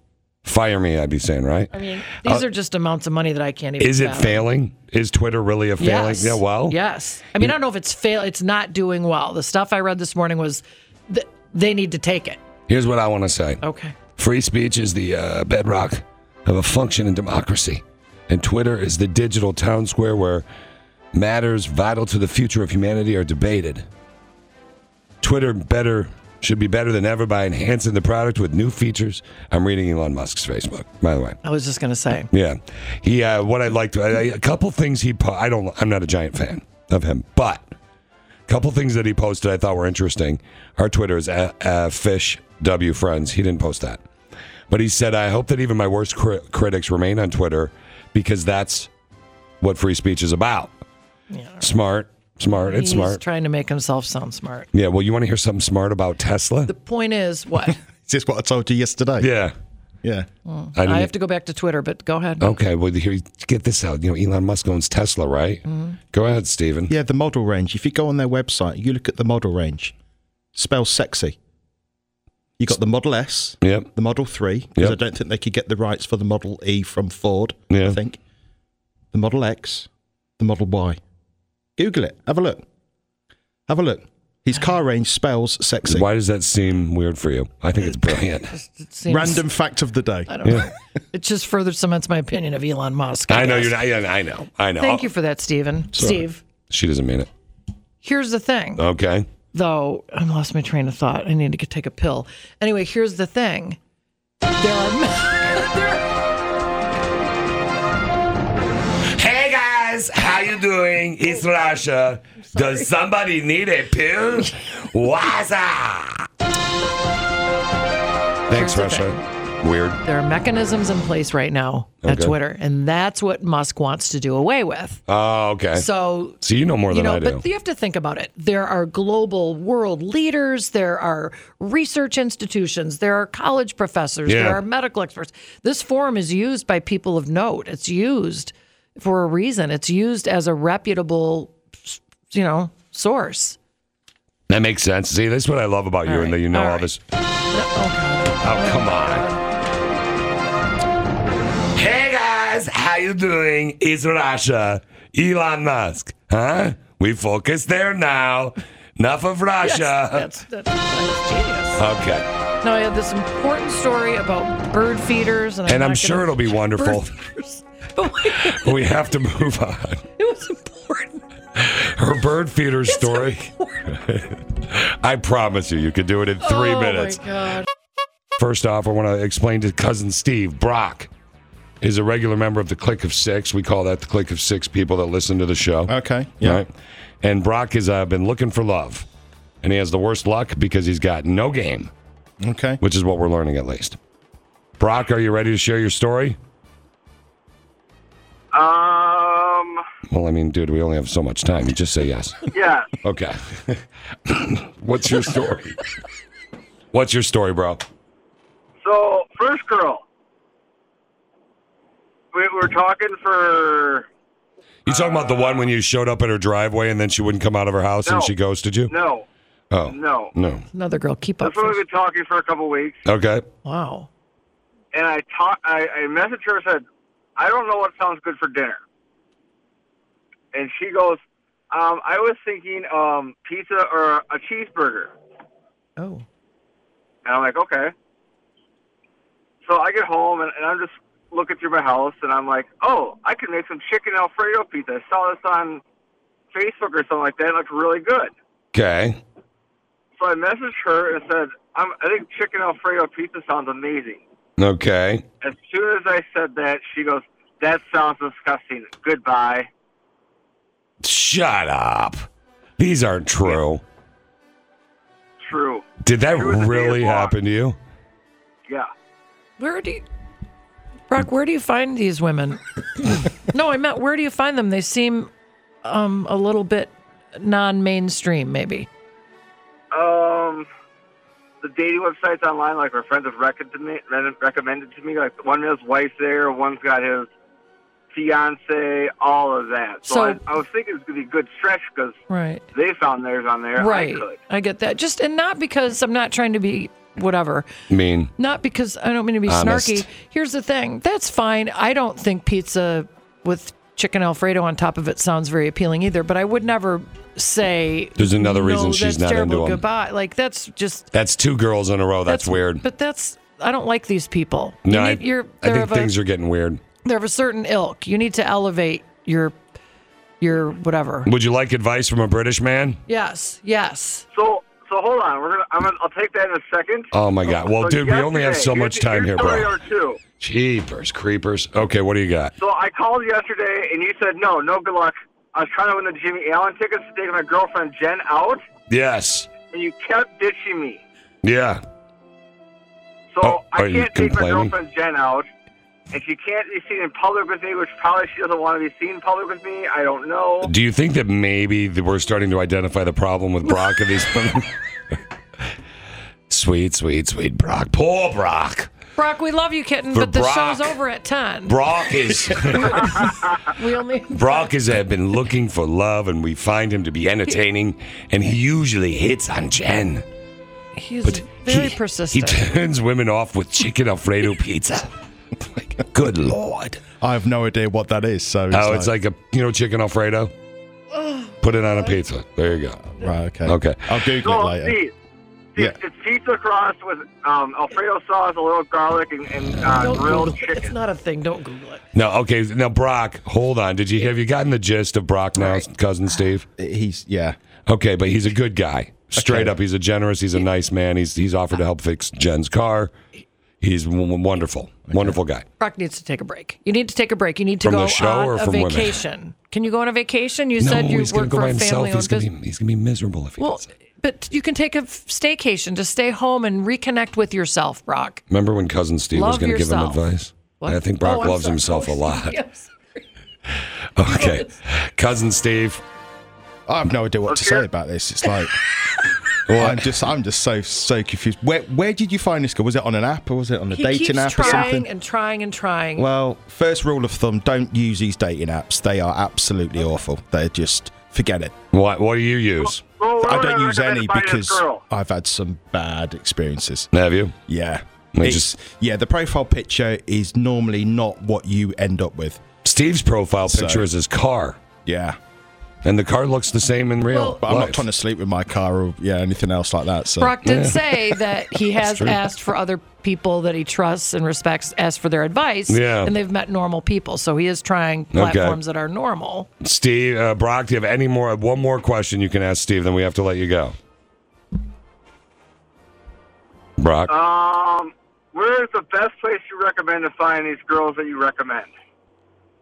Fire me, I'd be saying, right?
I mean, these are just amounts of money that I can't even.
uh, Is it
fathom.
failing? Is Twitter really a failing?
Yes.
Yeah, well,
Yes. I mean, I don't know if it's fail. It's not doing well. The stuff I read this morning was th- they need to take it.
here's what I want to say.
Okay.
Free speech is the uh, bedrock of a functioning democracy, and Twitter is the digital town square where matters vital to the future of humanity are debated. Twitter better should be better than ever by enhancing the product with new features. I'm reading Elon Musk's Facebook, by the way.
I was just going to say.
Yeah, he. Uh, what I liked I, I- a couple things he. Po- I don't. I'm not a giant fan of him, but a couple things that he posted I thought were interesting. Our Twitter is uh, uh, fish w friends. He didn't post that, but he said, "I hope that even my worst cri- critics remain on Twitter because that's what free speech is about." Smart, smart.
He's
It's smart.
trying to make himself sound smart.
yeah. Well, you want to hear something smart about Tesla?
The point is what?
Is this what I told you yesterday?
yeah.
Yeah.
I,
I
didn't-
have to go back to Twitter, but go ahead.
Okay, well, here, get this out. You know, Elon Musk owns Tesla, right?
Mm-hmm.
Go ahead, Steven.
Yeah, the model range. If you go on their website, you look at the model range. Spells sexy. You got the Model S,
Yep.
the Model 3, because
Yep.
I don't think they could get the rights for the Model E from Ford,
Yeah.
I think. The Model X, the Model Y. Google it. Have a look. Have a look. His car range spells sexy.
Why does that seem weird for you? I think it's brilliant.
It seems-
Random fact of the day.
I don't know. It just further cements my opinion of Elon Musk.
I know
guess.
you're not. yeah, I know. I know.
Thank you for that, Steven. Steve,
She doesn't mean it.
here's the thing,
Okay.
though. I lost my train of thought. I need to get, take a pill. Anyway, here's the thing. There are.
Hey guys, how you doing? It's Russia. Does somebody need a pill? Waza. Thanks,
Here's the
Russia. Weird.
There are mechanisms in place right now at
Okay.
Twitter, and that's what Musk wants to do away with.
Oh, okay. So,
So,
you know more
you
than
know,
I do.
but you have to think about it. There are global world leaders, there are research institutions, there are college professors,
Yeah.
there are medical experts. This forum is used by people of note. It's used for a reason. It's used as a reputable, you know, source.
that makes sense. See, that's what I love about you,
All
and that
right,
you know
all
all,
right.
this.
Oh,
Oh, come on. Hey guys, how you doing? It's Russia. Elon Musk. Huh? We focus there now. Enough of Russia.
that's, that's, that's genius.
okay.
Now I had this important story about bird feeders, and, I'm,
And I'm
not
sure
gonna-
it'll be wonderful.
Bird feeders. But wait, it
we have to move on.
was important.
Her bird feeder story. I promise you, you could do it in three
Oh
minutes.
my god!
First off, I want to explain to cousin Steve Brock is a regular member of the Click of Six. We call that the Click of Six people that listen to the show.
Okay. Yeah.
Right? And Brock has uh, been looking for love, and he has the worst luck because he's got no game,
Okay.
which is what we're learning at least. Brock, are you ready to share your story?
Um,
Well, I mean, dude, we only have so much time. You just say yes.
yeah.
Okay. What's your story? What's your story, bro?
So, first girl. We were talking for.
You talking about the one when you showed up at her driveway and then she wouldn't come out of her house
No.
and she ghosted you?
No,
Oh.
no.
No.
Another girl, keep up.
That's what we've
First.
been talking for a couple weeks.
Okay.
Wow.
And I, ta- I, I messaged her and said, I don't know what sounds good for dinner. And she goes, um, I was thinking um, pizza or a cheeseburger.
Oh,
And I'm like, okay. So I get home and, and I'm just looking through my house and I'm like, oh, I can make some chicken Alfredo pizza. I saw this on Facebook or something like that. It looked really good.
Okay.
So I messaged her and said, I'm, I think chicken Alfredo pizza sounds amazing.
Okay.
As soon as I said that, she goes, that sounds disgusting. Goodbye.
Shut up. These aren't true.
True.
Did that
True as the day
really
is long.
happen to you?
Yeah.
where do you, Brock? Where do you find these women? no, I meant where do you find them? They seem um a little bit non-mainstream, maybe.
Um, the dating websites online, like our friends have recommended to me, re- recommended to me, like one has wife's there, one's got his fiance, all of that. So,
So-
I, I was thinking it's gonna be a good stretch because
Right.
they found theirs on there.
Right.
I could.
I get that. Just and not because I'm not trying to be whatever.
Mean.
Not because I don't mean to be
Honest.
snarky. Here's the thing. That's fine. I don't think pizza with chicken alfredo on top of it sounds very appealing either. But I would never say
There's another
"No,
reason she's
that's
not
terrible.
into 'em."
Goodbye. Like that's just
That's two girls in a row. That's, weird.
But that's I don't like these people.
no,
you
I,
need, you're,
I
they're
think
of a,
things are getting weird.
they're of a certain ilk. You need to elevate your your whatever.
Would you like advice from a British man?
Yes. Yes.
So so hold on, we're gonna. I'm gonna. I'll take that in a second.
Oh my God. Well,
So
dude, we only have so
yesterday-
much
here's-
time
here's
here,
story
bro.
or two.
Jeepers, creepers. Okay, what do you got?
So I called yesterday, and you said no, no good luck. I was trying to win the Jimmy Allen tickets to take my girlfriend Jen out,
Yes.
and you kept ditching me.
Yeah.
So
Oh, are
I
you
can't take my
complaining?
girlfriend Jen out. If she can't be seen in public with me, which probably she doesn't want to be seen in public with me, I don't know.
Do you think that maybe that we're starting to identify the problem with Brock and these women? sweet, sweet, sweet Brock. Poor Brock.
Brock, we love you, kitten,
For
but the
Brock.
show's over at 10.
Brock is
we only.
Brock has had been looking for love, and we find him to be entertaining, and he usually hits on Jen.
He's
But
very
he,
persistent.
He turns women off with chicken Alfredo pizza. Like, good lord!
I have no idea what that is. So it's
Oh, it's like a you know chicken Alfredo. Put it on a pizza. There you go.
right, okay,
Okay.
I'll Google it
No,
later.
see, see,
Yeah.
it's pizza crust with um, Alfredo sauce, a little garlic, and, and uh,
don't
grilled
Google it. It's
chicken.
not a thing. Don't Google it.
No, okay. Now Brock, hold on. Did you have you gotten the gist of Brock now, cousin Steve?
He's yeah.
Okay, but he's a good guy. Straight
Okay.
up, he's a generous. He's a nice man. He's he's offered to help fix Jen's car. He's w- wonderful, wonderful guy.
Brock needs to take a break. You need to take a break. You need to
From the
go
show
on
or
a
from women?
vacation. Can you go on a vacation? You said you
he's gonna
work
go
for
by
a
himself.
family
He's
owned
gonna
business.
be he's gonna be miserable if he
Well,
does.
but you can take a f- staycation. Just stay home and reconnect with yourself, Brock.
Remember when cousin Steve was
Love
going to give him
yourself.
advice?
What?
I think Brock
Oh, I'm
loves
sorry.
himself a
Oh,
lot.
I'm sorry.
Okay, cousin Steve.
I have no idea what to say about this. It's like I'm just I'm just so so confused. Where where did you find this guy? Was it on an app or was it on a
He
dating
keeps
app or
trying
something?
and trying and trying.
Well, first rule of thumb: don't use these dating apps. They are absolutely awful. They're just forget it.
What what do you use?
Well, we're
I
gonna
don't use
recommend
any
buy this
because
girl.
I've had some bad experiences.
Have you?
Yeah,
They
It's-
just-
yeah. The profile picture is normally not what you end up with.
Steve's profile picture
So-
is his car,
Yeah,
and the car looks the same in real
Well-
but I'm
life.
not trying to sleep with my car or yeah anything else like that. So
Brock did say that he has asked for other people that he trusts and respects, asked for their advice,
Yeah.
and they've met normal people. So he is trying platforms that are normal.
Steve uh, Brock, do you have any more? One more question you can ask Steve, then we have to let you go. Brock,
Uh,
Um, where is the best place you recommend to find these girls that you recommend?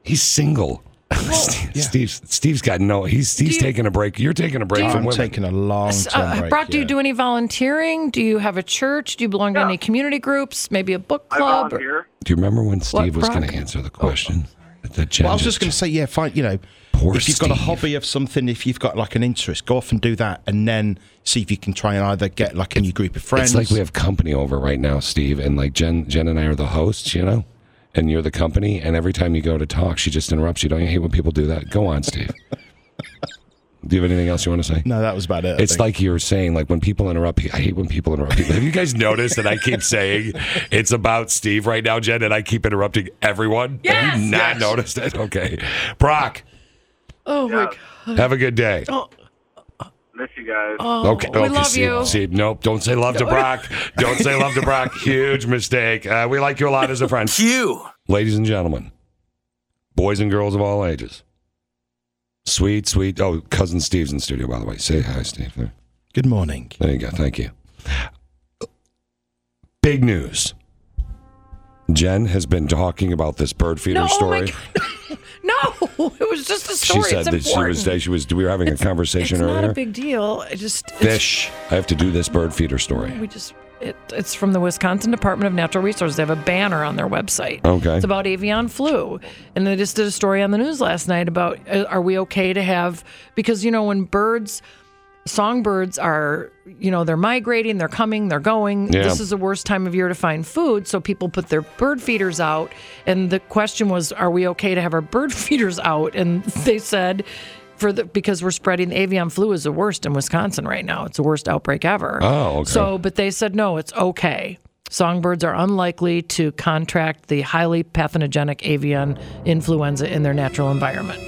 he's single. Steve, Steve's Steve's got no. He's he's
you-
taking a break. You're taking a break
you-
from
I'm
women.
taking a long time
um, Uh,
break.
Brock, do you
yeah.
do any volunteering? Do you have a church? Do you belong to
Yeah.
any community groups? Maybe a book
I
club? or-
volunteer.
do you remember when Steve was
Brock?
going to answer the question? that Jen
Oh, Well, I was just going to say, yeah, fine. You know,
Poor
if you've got a
Steve.
hobby of something, if you've got like an interest, go off and do that, and then see if you can try and either get like a new group of friends.
It's like we have company over right now, Steve, and like Jen, Jen and I are the hosts, you know, and you're the company. And every time you go to talk, she just interrupts you. Don't you hate when people do that? Go on, Steve. do you have anything else you want to say?
no, that was about it. I
It's
think.
like you were saying, like when people interrupt. pe- I hate when people interrupt. People. Have you guys noticed that I keep saying it's about Steve right now, Jen, and I keep interrupting everyone? Have you
Yes!
not
Yes.
noticed it? Okay, Brock.
Oh my
Yeah.
God.
Have a good day.
Oh,
Miss you guys.
Okay.
we
okay,
love
see,
you.
see, nope. Don't say love to Brock. Don't say love to Brock. Huge mistake. Uh, we like you a lot as a friend.
Q.
Ladies and gentlemen, boys and girls of all ages. Sweet, sweet. Oh, cousin Steve's in studio, by the way. Say hi, Steve. There,
good morning.
there you go. Thank you. Big news. Jen has been talking about this bird feeder
No, oh
story.
my No, it was just a
she
story.
said
it's
that she
important.
was, that she was. We were having a conversation
it's
earlier.
not a big deal. It just it's-
Fish. I have to do this bird feeder story.
We just it, it's from the Wisconsin Department of Natural Resources. They have a banner on their website.
Okay.
It's about avian flu, and they just did a story on the news last night about uh, are we okay to have because you know when birds. Songbirds are, you know, they're migrating, they're coming, they're going.
Yeah.
This is the worst time of year to find food, so people put their bird feeders out. And the question was, are we okay to have our bird feeders out? And they said, for the because we're spreading the avian flu is the worst in Wisconsin right now. It's the worst outbreak ever.
Oh, okay.
So, but they said no, it's okay. Songbirds are unlikely to contract the highly pathogenic avian influenza in their natural environment.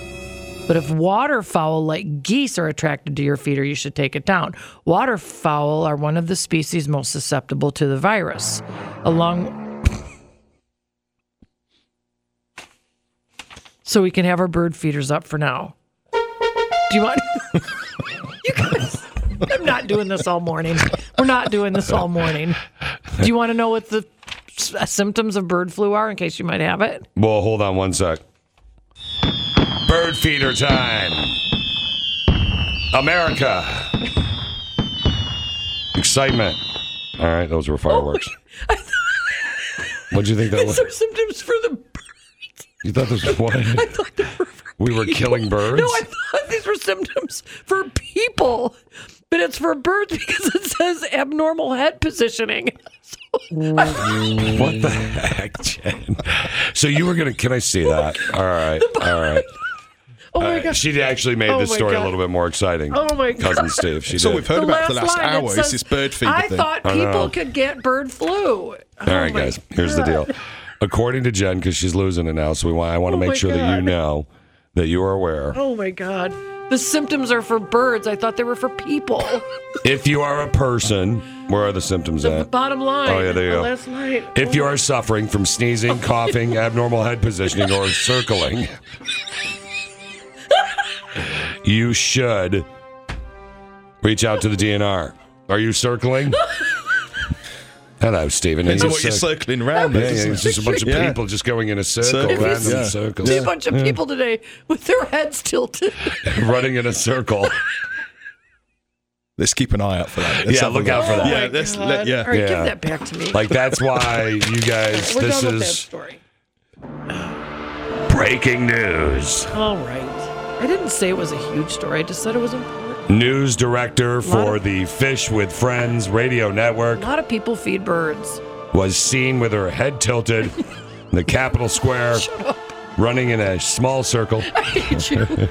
But if waterfowl like geese are attracted to your feeder, you should take it down. Waterfowl are one of the species most susceptible to the virus, along. so we can have our bird feeders up for now. Do you want? you guys, I'm not doing this all morning. We're not doing this all morning. Do you want to know what the s- uh, symptoms of bird flu are in case you might have it?
Well, hold on one sec. Bird feeder time. America. Excitement. All right, those were fireworks.
Oh,
What'd you think that was?
These are symptoms for the birds.
You thought this was what?
I thought they were for
We were
people.
killing birds?
No, I thought these were symptoms for people. but it's for birds because it says abnormal head positioning.
What the heck, Jen? So you were gonna? Can I see that? All right, all right.
Oh my
Uh,
gosh.
she actually made
Oh
this
my
story
God.
a little bit more exciting.
Oh my
cousin
God.
Steve. She
That's all
did.
we've heard about for the last
line, it
hour is
says,
this bird fever
I
thing.
thought
I know.
people could get bird flu.
All right, guys. Here's the deal. According to Jen, because she's losing it now, so we want, I want to
Oh
make
my
sure that you
God.
know that you are aware.
Oh my god. The symptoms are for birds. I thought they were for people.
If you are a person, where are the symptoms
the
at?
bottom line.
Oh, yeah, there you
the
go.
Last line.
If you are suffering from
Oh
sneezing, coughing, abnormal head positioning, or circling, you should reach out to the DNR. Are you circling? Hello, Stephen.
Depends
Are
on
you
what you're
cir-
circling around.
Yeah, yeah,
with,
it's
doesn't it?
just a bunch of
Yeah.
people just going in a circle,
Circles,
random
yeah.
circles,
See a bunch
Mm.
of people today with their heads tilted.
running in a circle.
Let's keep an eye out for that. Let's
Yeah,
have a
look out for
look.
that.
Yeah,
My
let's
Oh, God.
let,
All
yeah.
right,
Yeah.
give that back to me.
Like that's why you guys.
We're
this
done with that
is
story.
breaking news.
All right. I didn't say it was a huge story. I just said it was important.
News director for
of-
the Fish with Friends radio network
A lot of people feed birds.
was seen with her head tilted in the Capitol Square, running in a small circle.
I hate you.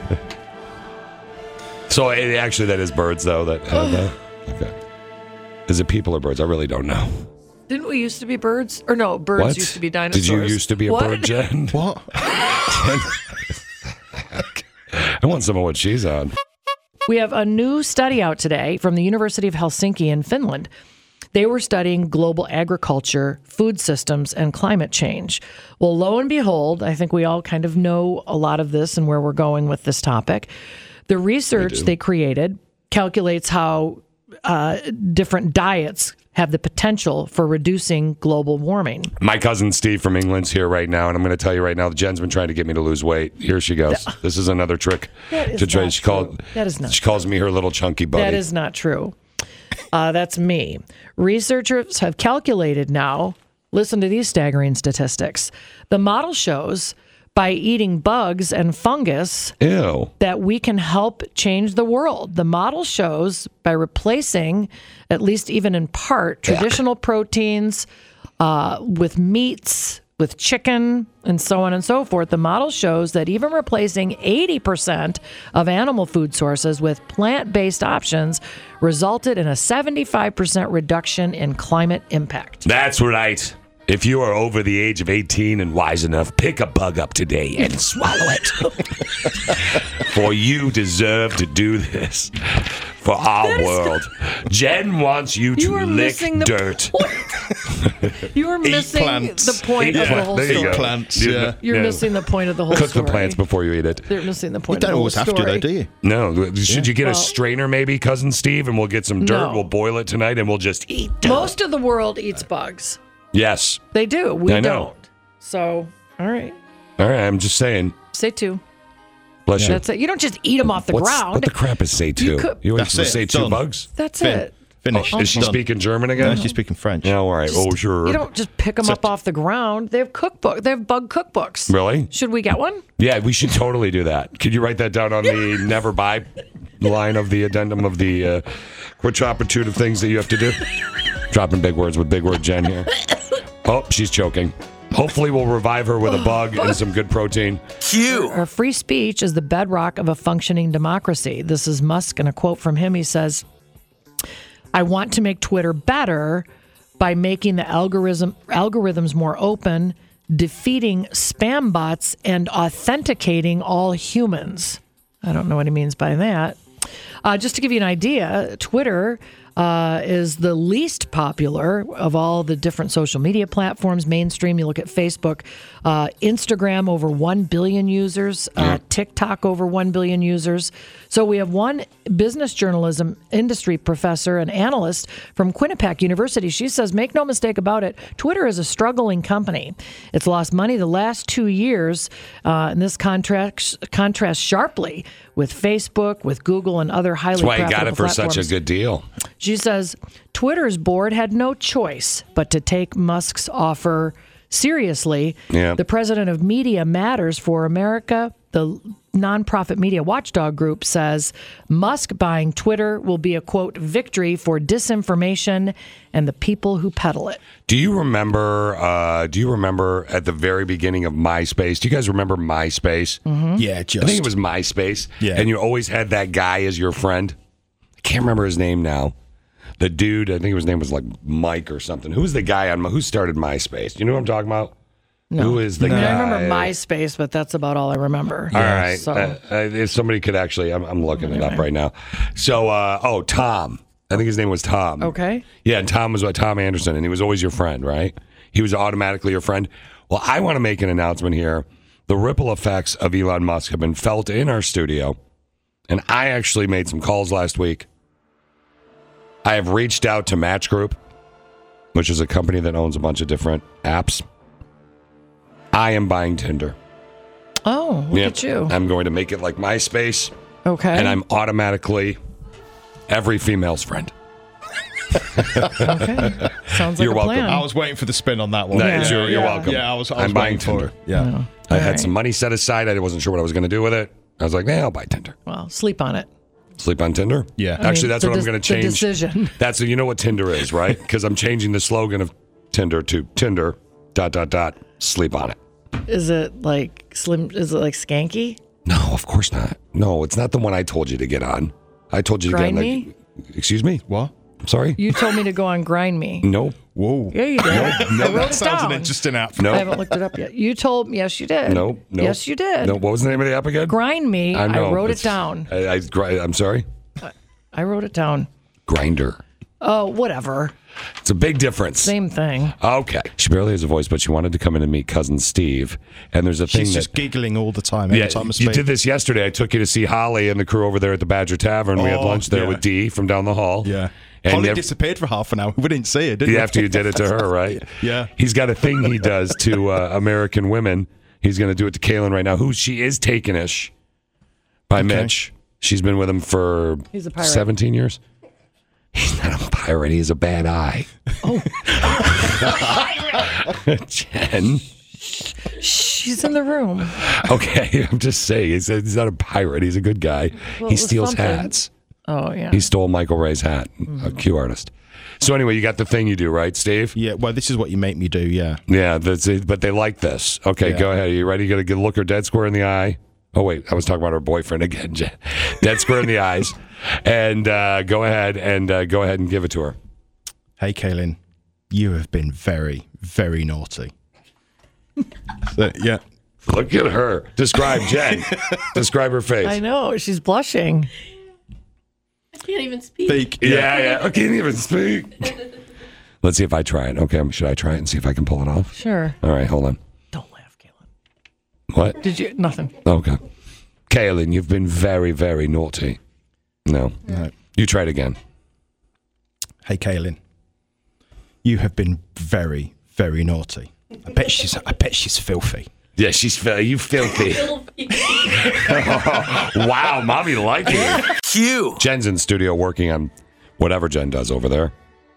So it, actually, that is birds though. That had that. Okay. Is it people or birds? I really don't know.
Didn't we used to be birds? Or no, birds
what
used to be dinosaurs.
Did you used to be a
What?
bird, Jen?
What?
I want some of what she's on.
We have a new study out today from the University of Helsinki in Finland. They were studying global agriculture, food systems, and climate change. Well, lo and behold, I think we all kind of know a lot of this and where we're going with this topic. The research they created calculates how uh, different diets have the potential for reducing global warming.
My cousin Steve from England's here right now, and I'm going to tell you right now, Jen's been trying to get me to lose weight. Here she goes. This is another trick
That is
to try.
not
She called.
true. That is not
She calls me her little chunky buddy.
That is not true. Uh, that's me. Researchers have calculated now. Listen to these staggering statistics. The model shows by eating bugs and fungus
Ew.
that we can help change the world. The model shows by replacing, at least even in part, traditional proteins uh, with meats, with chicken, and so on and so forth. The model shows that even replacing 80% of animal food sources with plant based options resulted in a 75% reduction in climate impact.
That's right. If you are over the age of 18 and wise enough, pick a bug up today and swallow it. For you deserve to do this for our
That is-
world. Jen wants you to
You are
lick
missing the
dirt.
point. you are missing
plants.
the point of the
Yeah,
whole
there you
story.
go.
Plants,
You-
yeah.
You're missing the point of the whole
Cook
story.
the plants before you eat it.
They're missing the
You
point. of
don't
the
always
whole
have to,
story.
though, do you?
No, should you get a
Well-
strainer, maybe, cousin Steve, and we'll get some dirt.
No.
We'll boil it tonight, and we'll just eat.
Most of the world eats bugs.
Yes.
They do. We
I know.
don't. So, all right.
All right. I'm just saying.
Say two.
Bless you.
That's it. You don't just eat them off the
What's-
ground.
What the crap is say two? You,
could-
always
That's it.
say two
Done.
bugs.
That's
Fin-
it.
Finished.
Oh, Is she
Done.
speaking German
No,
again?
she's speaking French.
Yeah, all right. oh, sure.
You don't just pick them up
Except-
off the ground. They have cookbook. They have bug cookbooks.
Really?
Should we get one?
Yeah, we should totally do that. Could you write that down on the never buy line of the addendum of the uh, quadrupitude of things that you have to do? Dropping big words with big word Jen here. Oh, she's choking. Hopefully, we'll revive her with a bug and some good protein.
Our free speech is the bedrock of a functioning democracy. This is Musk, and a quote from him. He says, "I want to make Twitter better by making the algorithm algorithms more open, defeating spam bots, and authenticating all humans." I don't know what he means by that. Uh, just to give you an idea, Twitter uh, is the least popular of all the different social media platforms. Mainstream, you look at Facebook, uh, Instagram over 1 billion users, uh, TikTok over 1 billion users. So we have one business journalism industry professor and analyst from Quinnipiac University. She says, make no mistake about it, Twitter is a struggling company. It's lost money the last two years, uh, and this contracts contrasts sharply with Facebook, with Google, and other highly
That's why you got
profitable
it for such a
platforms.
good deal.
She says Twitter's board had no choice but to take Musk's offer seriously.
Yeah.
The president of Media Matters for America, the nonprofit media watchdog group says Musk buying Twitter will be a quote victory for disinformation and the people who peddle it.
Do you remember? Uh, do you remember at the very beginning of MySpace? Do you guys remember MySpace? Mm-hmm.
Yeah, just
I think it was MySpace.
Yeah.
and you always had that guy as your friend. I can't remember his name now. The dude, I think his name was like Mike or something. Who was the guy on who started MySpace? Do you know what I'm talking about? Who is the
I, mean,
guy?
I remember MySpace, but that's about all I remember.
All right.
So
Uh, uh, if somebody could actually, I'm, I'm looking it up right now. So, uh, oh, Tom. I think his name was Tom.
okay.
Yeah, and Tom was uh, Tom Anderson, and he was always your friend, right? He was automatically your friend. Well, I want to make an announcement here. The ripple effects of Elon Musk have been felt in our studio, and I actually made some calls last week. I have reached out to Match Group, which is a company that owns a bunch of different apps. I am buying Tinder.
Oh, look
Yeah.
at you.
I'm going to make it like MySpace,
Okay.
and I'm automatically every female's friend.
okay. Sounds like
You're
a
welcome.
plan.
I
I was waiting for the spin on that one.
No,
Yeah.
it's- you're, you're
Yeah.
welcome.
Yeah, I was. I was
am buying
waiting for
Tinder.
it. Yeah.
I
All
had
right.
some money set aside. I wasn't sure what I was going to do with it. I was like, "Yeah, I'll buy Tinder.
Well, sleep on it.
Sleep on Tinder."
Yeah. I
Actually,
mean,
that's
the
what I'm
de-
going
the
to change.
decision.
That's you know what Tinder is, right? Because I'm changing the slogan of Tinder to Tinder dot dot dot. Sleep on it.
Is it like slim? Is it like skanky?
No, of course not. No, it's not the one I told you to get on. I told you to
Grind
get on.
Me?
The, excuse me.
What?
I'm sorry.
You told me to go on Grind Me.
nope.
Whoa.
Yeah, you did. I
No,
wrote
that
it
sounds
down.
an interesting app.
I
Nope.
haven't looked it up yet. You told yes, you did.
Nope. Nope.
Yes, you did.
No. What was the name of the app again?
Grind Me. I,
know,
wrote it
it's-
down.
I, I, gri- I'm sorry.
I wrote it down.
Grinder.
Oh, whatever.
It's a big difference.
Same thing.
Okay. She barely has a voice, but she wanted to come in and meet cousin Steve. And there's a thing
She's
that.
just giggling all the time. Every
Yeah,
time I speak.
you did this yesterday. I took you to see Holly and the crew over there at the Badger Tavern. we had
Oh,
lunch there
yeah.
with Dee from down the hall.
Yeah.
And
Holly
ev-
disappeared for half an hour. We didn't see her, did we?
after you did it to her, right?
Yeah.
He's got a thing he does to uh, American women. He's going to do it to Kaylin right now, who she is takenish by Mitch. She's been with him for
He's a pirate.
17 years. He's not a pirate. He has a bad eye. Oh. Jen.
She's in the room.
Okay, I'm just saying. He's, he's not a pirate. He's a good guy.
Well, it
he
was
steals
something. Mm-hmm.
hats.
Oh yeah.
He stole Michael Ray's hat, a Q artist. So anyway, you got the thing you do, right, Steve?
Yeah. Well, this is what you make me do. Yeah.
Yeah, that's it, but they like this. Okay, go ahead. Are you ready? You got to get look her dead square in the eye. Oh wait, I was talking about her boyfriend again. Jen. dead square in the eyes, and uh, go ahead and uh, go ahead and give it to her.
Hey, Kaylin, you have been very, very naughty. so, yeah.
Look at her. Describe Jen. Describe her face.
I know. She's blushing.
I can't even speak.
Speak.
Yeah, yeah. I can't even speak. Let's see if I try it. Okay, um, should I try it and see if I can pull it off?
Sure.
All right, hold on.
Don't laugh, Caitlin.
What?
Did you nothing?
Okay. Kaylin, you've been very, very naughty. No.
No.
You try it again.
Hey, Kaylin, you have been very, very naughty. I bet she's. I bet she's filthy.
Yeah, she's fil- you filthy.
Filthy.
wow, mommy like it.
Q.
Jen's in studio working on whatever Jen does over there.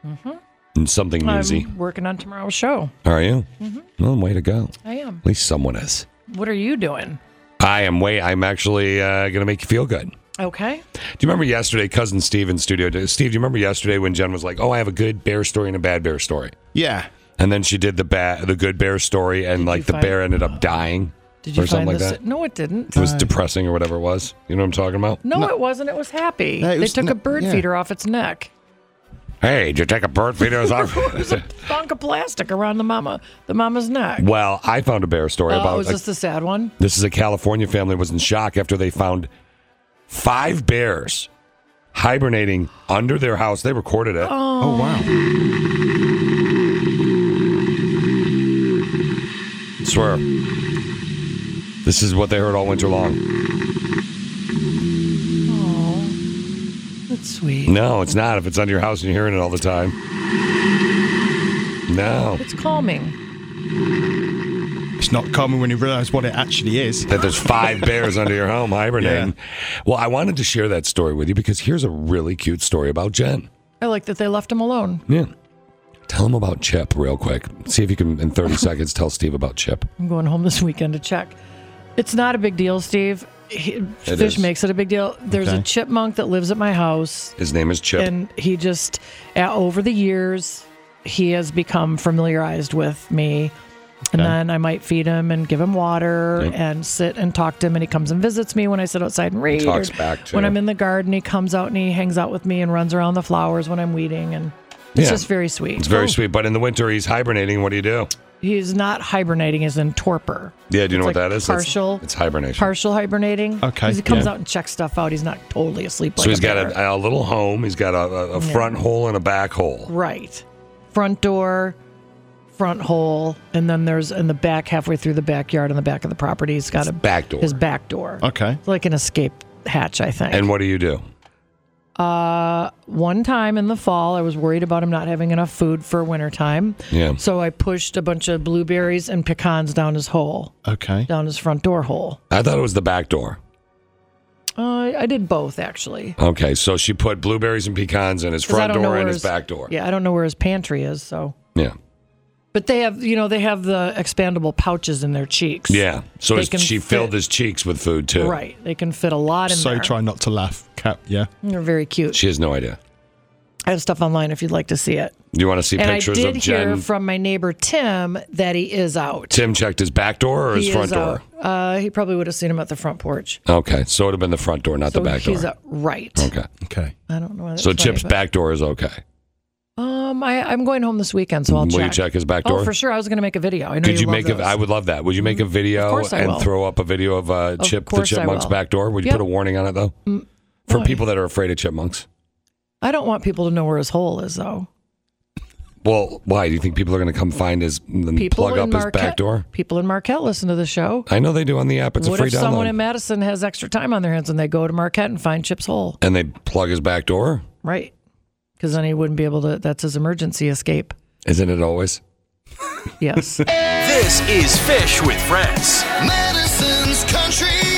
Mm-hmm.
And something
Um,
newsy.
I'm working on tomorrow's show.
Are you?
mm-hmm.
Well, way to go.
I am.
At least someone is.
What are you doing?
I am way. I'm actually uh, going to make you feel good.
Okay.
Do you remember yesterday, cousin Steve in studio? do- Steve, do you remember yesterday when Jen was like, "Oh, I have a good bear story and a bad bear story,"
Yeah.
and then she did the ba- the good bear story, and like the
find-
bear ended up dying
Did you
or
find
something like
this?
that.
No, it didn't.
It was depressing or whatever it was. You know what I'm talking about?
No, it wasn't. It was happy.
No, it was
they took
n-
a bird
yeah.
feeder off its neck.
Hey, did you take a bird feeder?
Thunk of plastic around the mama, the mama's neck.
well, I found a bear story
Oh,
about
is
a-
this the sad one?
This is a California family was in shock after they found five bears hibernating under their house. They recorded it.
Oh wow.
Swear. This is what they heard all winter long.
That's sweet.
No, it's not. If it's under your house and you're hearing it all the time. No.
It's calming.
It's not common when you realise what it actually is.
That there's five bears under your home hibernating. Well, I wanted to share that story with you because here's a really cute story about Jen.
I like that they left him alone.
Yeah. Tell him about Chip real quick. See if you can, in 30 seconds, tell Steve about Chip.
I'm going home this weekend to check. It's not a big deal, Steve. he,
It
fish
is.
makes it a big deal. There's
Okay.
a chipmunk that lives at my house,
His name is Chip.
and he just uh, over the years he has become familiarized with me. And
Okay.
then I might feed him and give him water
Yep.
and sit and talk to him. And he comes and visits me when I sit outside and read.
talks
or
back to
when
you.
I'm in the garden, he comes out and he hangs out with me and runs around the flowers when I'm weeding. And it's
Yeah.
just very sweet.
it's very sweet, but in the winter he's hibernating. What do you do?
He's not hibernating, he's in torpor.
Yeah, do you know
It's
what
like
that is? That's-
Partial.
It's, hibernation.
Partial hibernating.
Okay,
'Cause He comes
yeah.
out and checks stuff out. He's not totally asleep.
so
like
he's got
bear.
a, a little home. He's got a, a, a front hole and a back hole.
Right. Front door, front hole, and then there's in the back, halfway through the backyard on the back of the property, he's got a
back door.
His back door.
Okay.
It's like an escape hatch, I think. Uh,
And what do you do?
one time in the fall, I was worried about him not having enough food for wintertime.
Yeah.
So I pushed a bunch of blueberries and pecans down his hole,
Okay.
down his front door hole.
I thought it was the back door.
Uh, I did both, actually.
Okay, so she put blueberries and pecans in his
'Cause I
front
don't know
door and
where
his back door.
Yeah, I don't know where his pantry is, so.
Yeah.
But they have, you know, they have the expandable pouches in their cheeks.
Yeah. So
They
his,
can
she
fit-
filled his cheeks with food too.
Right. They can fit a lot in
So
there.
try not to laugh, Cap. Yeah.
They're very cute.
She has no idea.
I have stuff online if you'd like to see it.
Do you want to see
And I
pictures
did
of
hear
Jen?
from my neighbor Tim that he is out.
Tim checked his back door or his
He
front
is
door?
out. Uh, he probably would have seen him at the front porch.
Okay, so it would have been the front door, not
So
the back
he's
door.
out. Right.
Okay.
Okay.
I don't know. Why that's
So
funny,
Chip's
but-
back door is okay.
Um, I, I'm going home this weekend, so I'll
Will
check.
you check his back
Oh,
door?
for sure. I was going to make a video. I know
Could you
love
make
those. Mm-hmm.
a? I would love that. Would you make a video
course I
and
will.
throw up a video of, uh,
Of
Chip the
course I
chipmunk's
will.
back door? Would you
Yep. Mm. Oh,
put a warning on it though, for
why?
people that are afraid of chipmunks?
I don't want people to know where his hole is, though.
Well, why do you think people are going to come find his and
People
plug
in
up his
Marquette.
back door?
People in Marquette listen to the show.
I know they do on the app. It's
what
a free
if someone
download.
in Madison has extra time on their hands and they go to Marquette and find Chip's hole?
and they plug his back door.
Right. Because then he wouldn't be able to. That's his emergency escape.
Isn't it always?
Yes.
This is Fish with Friends.
Madison's Country oh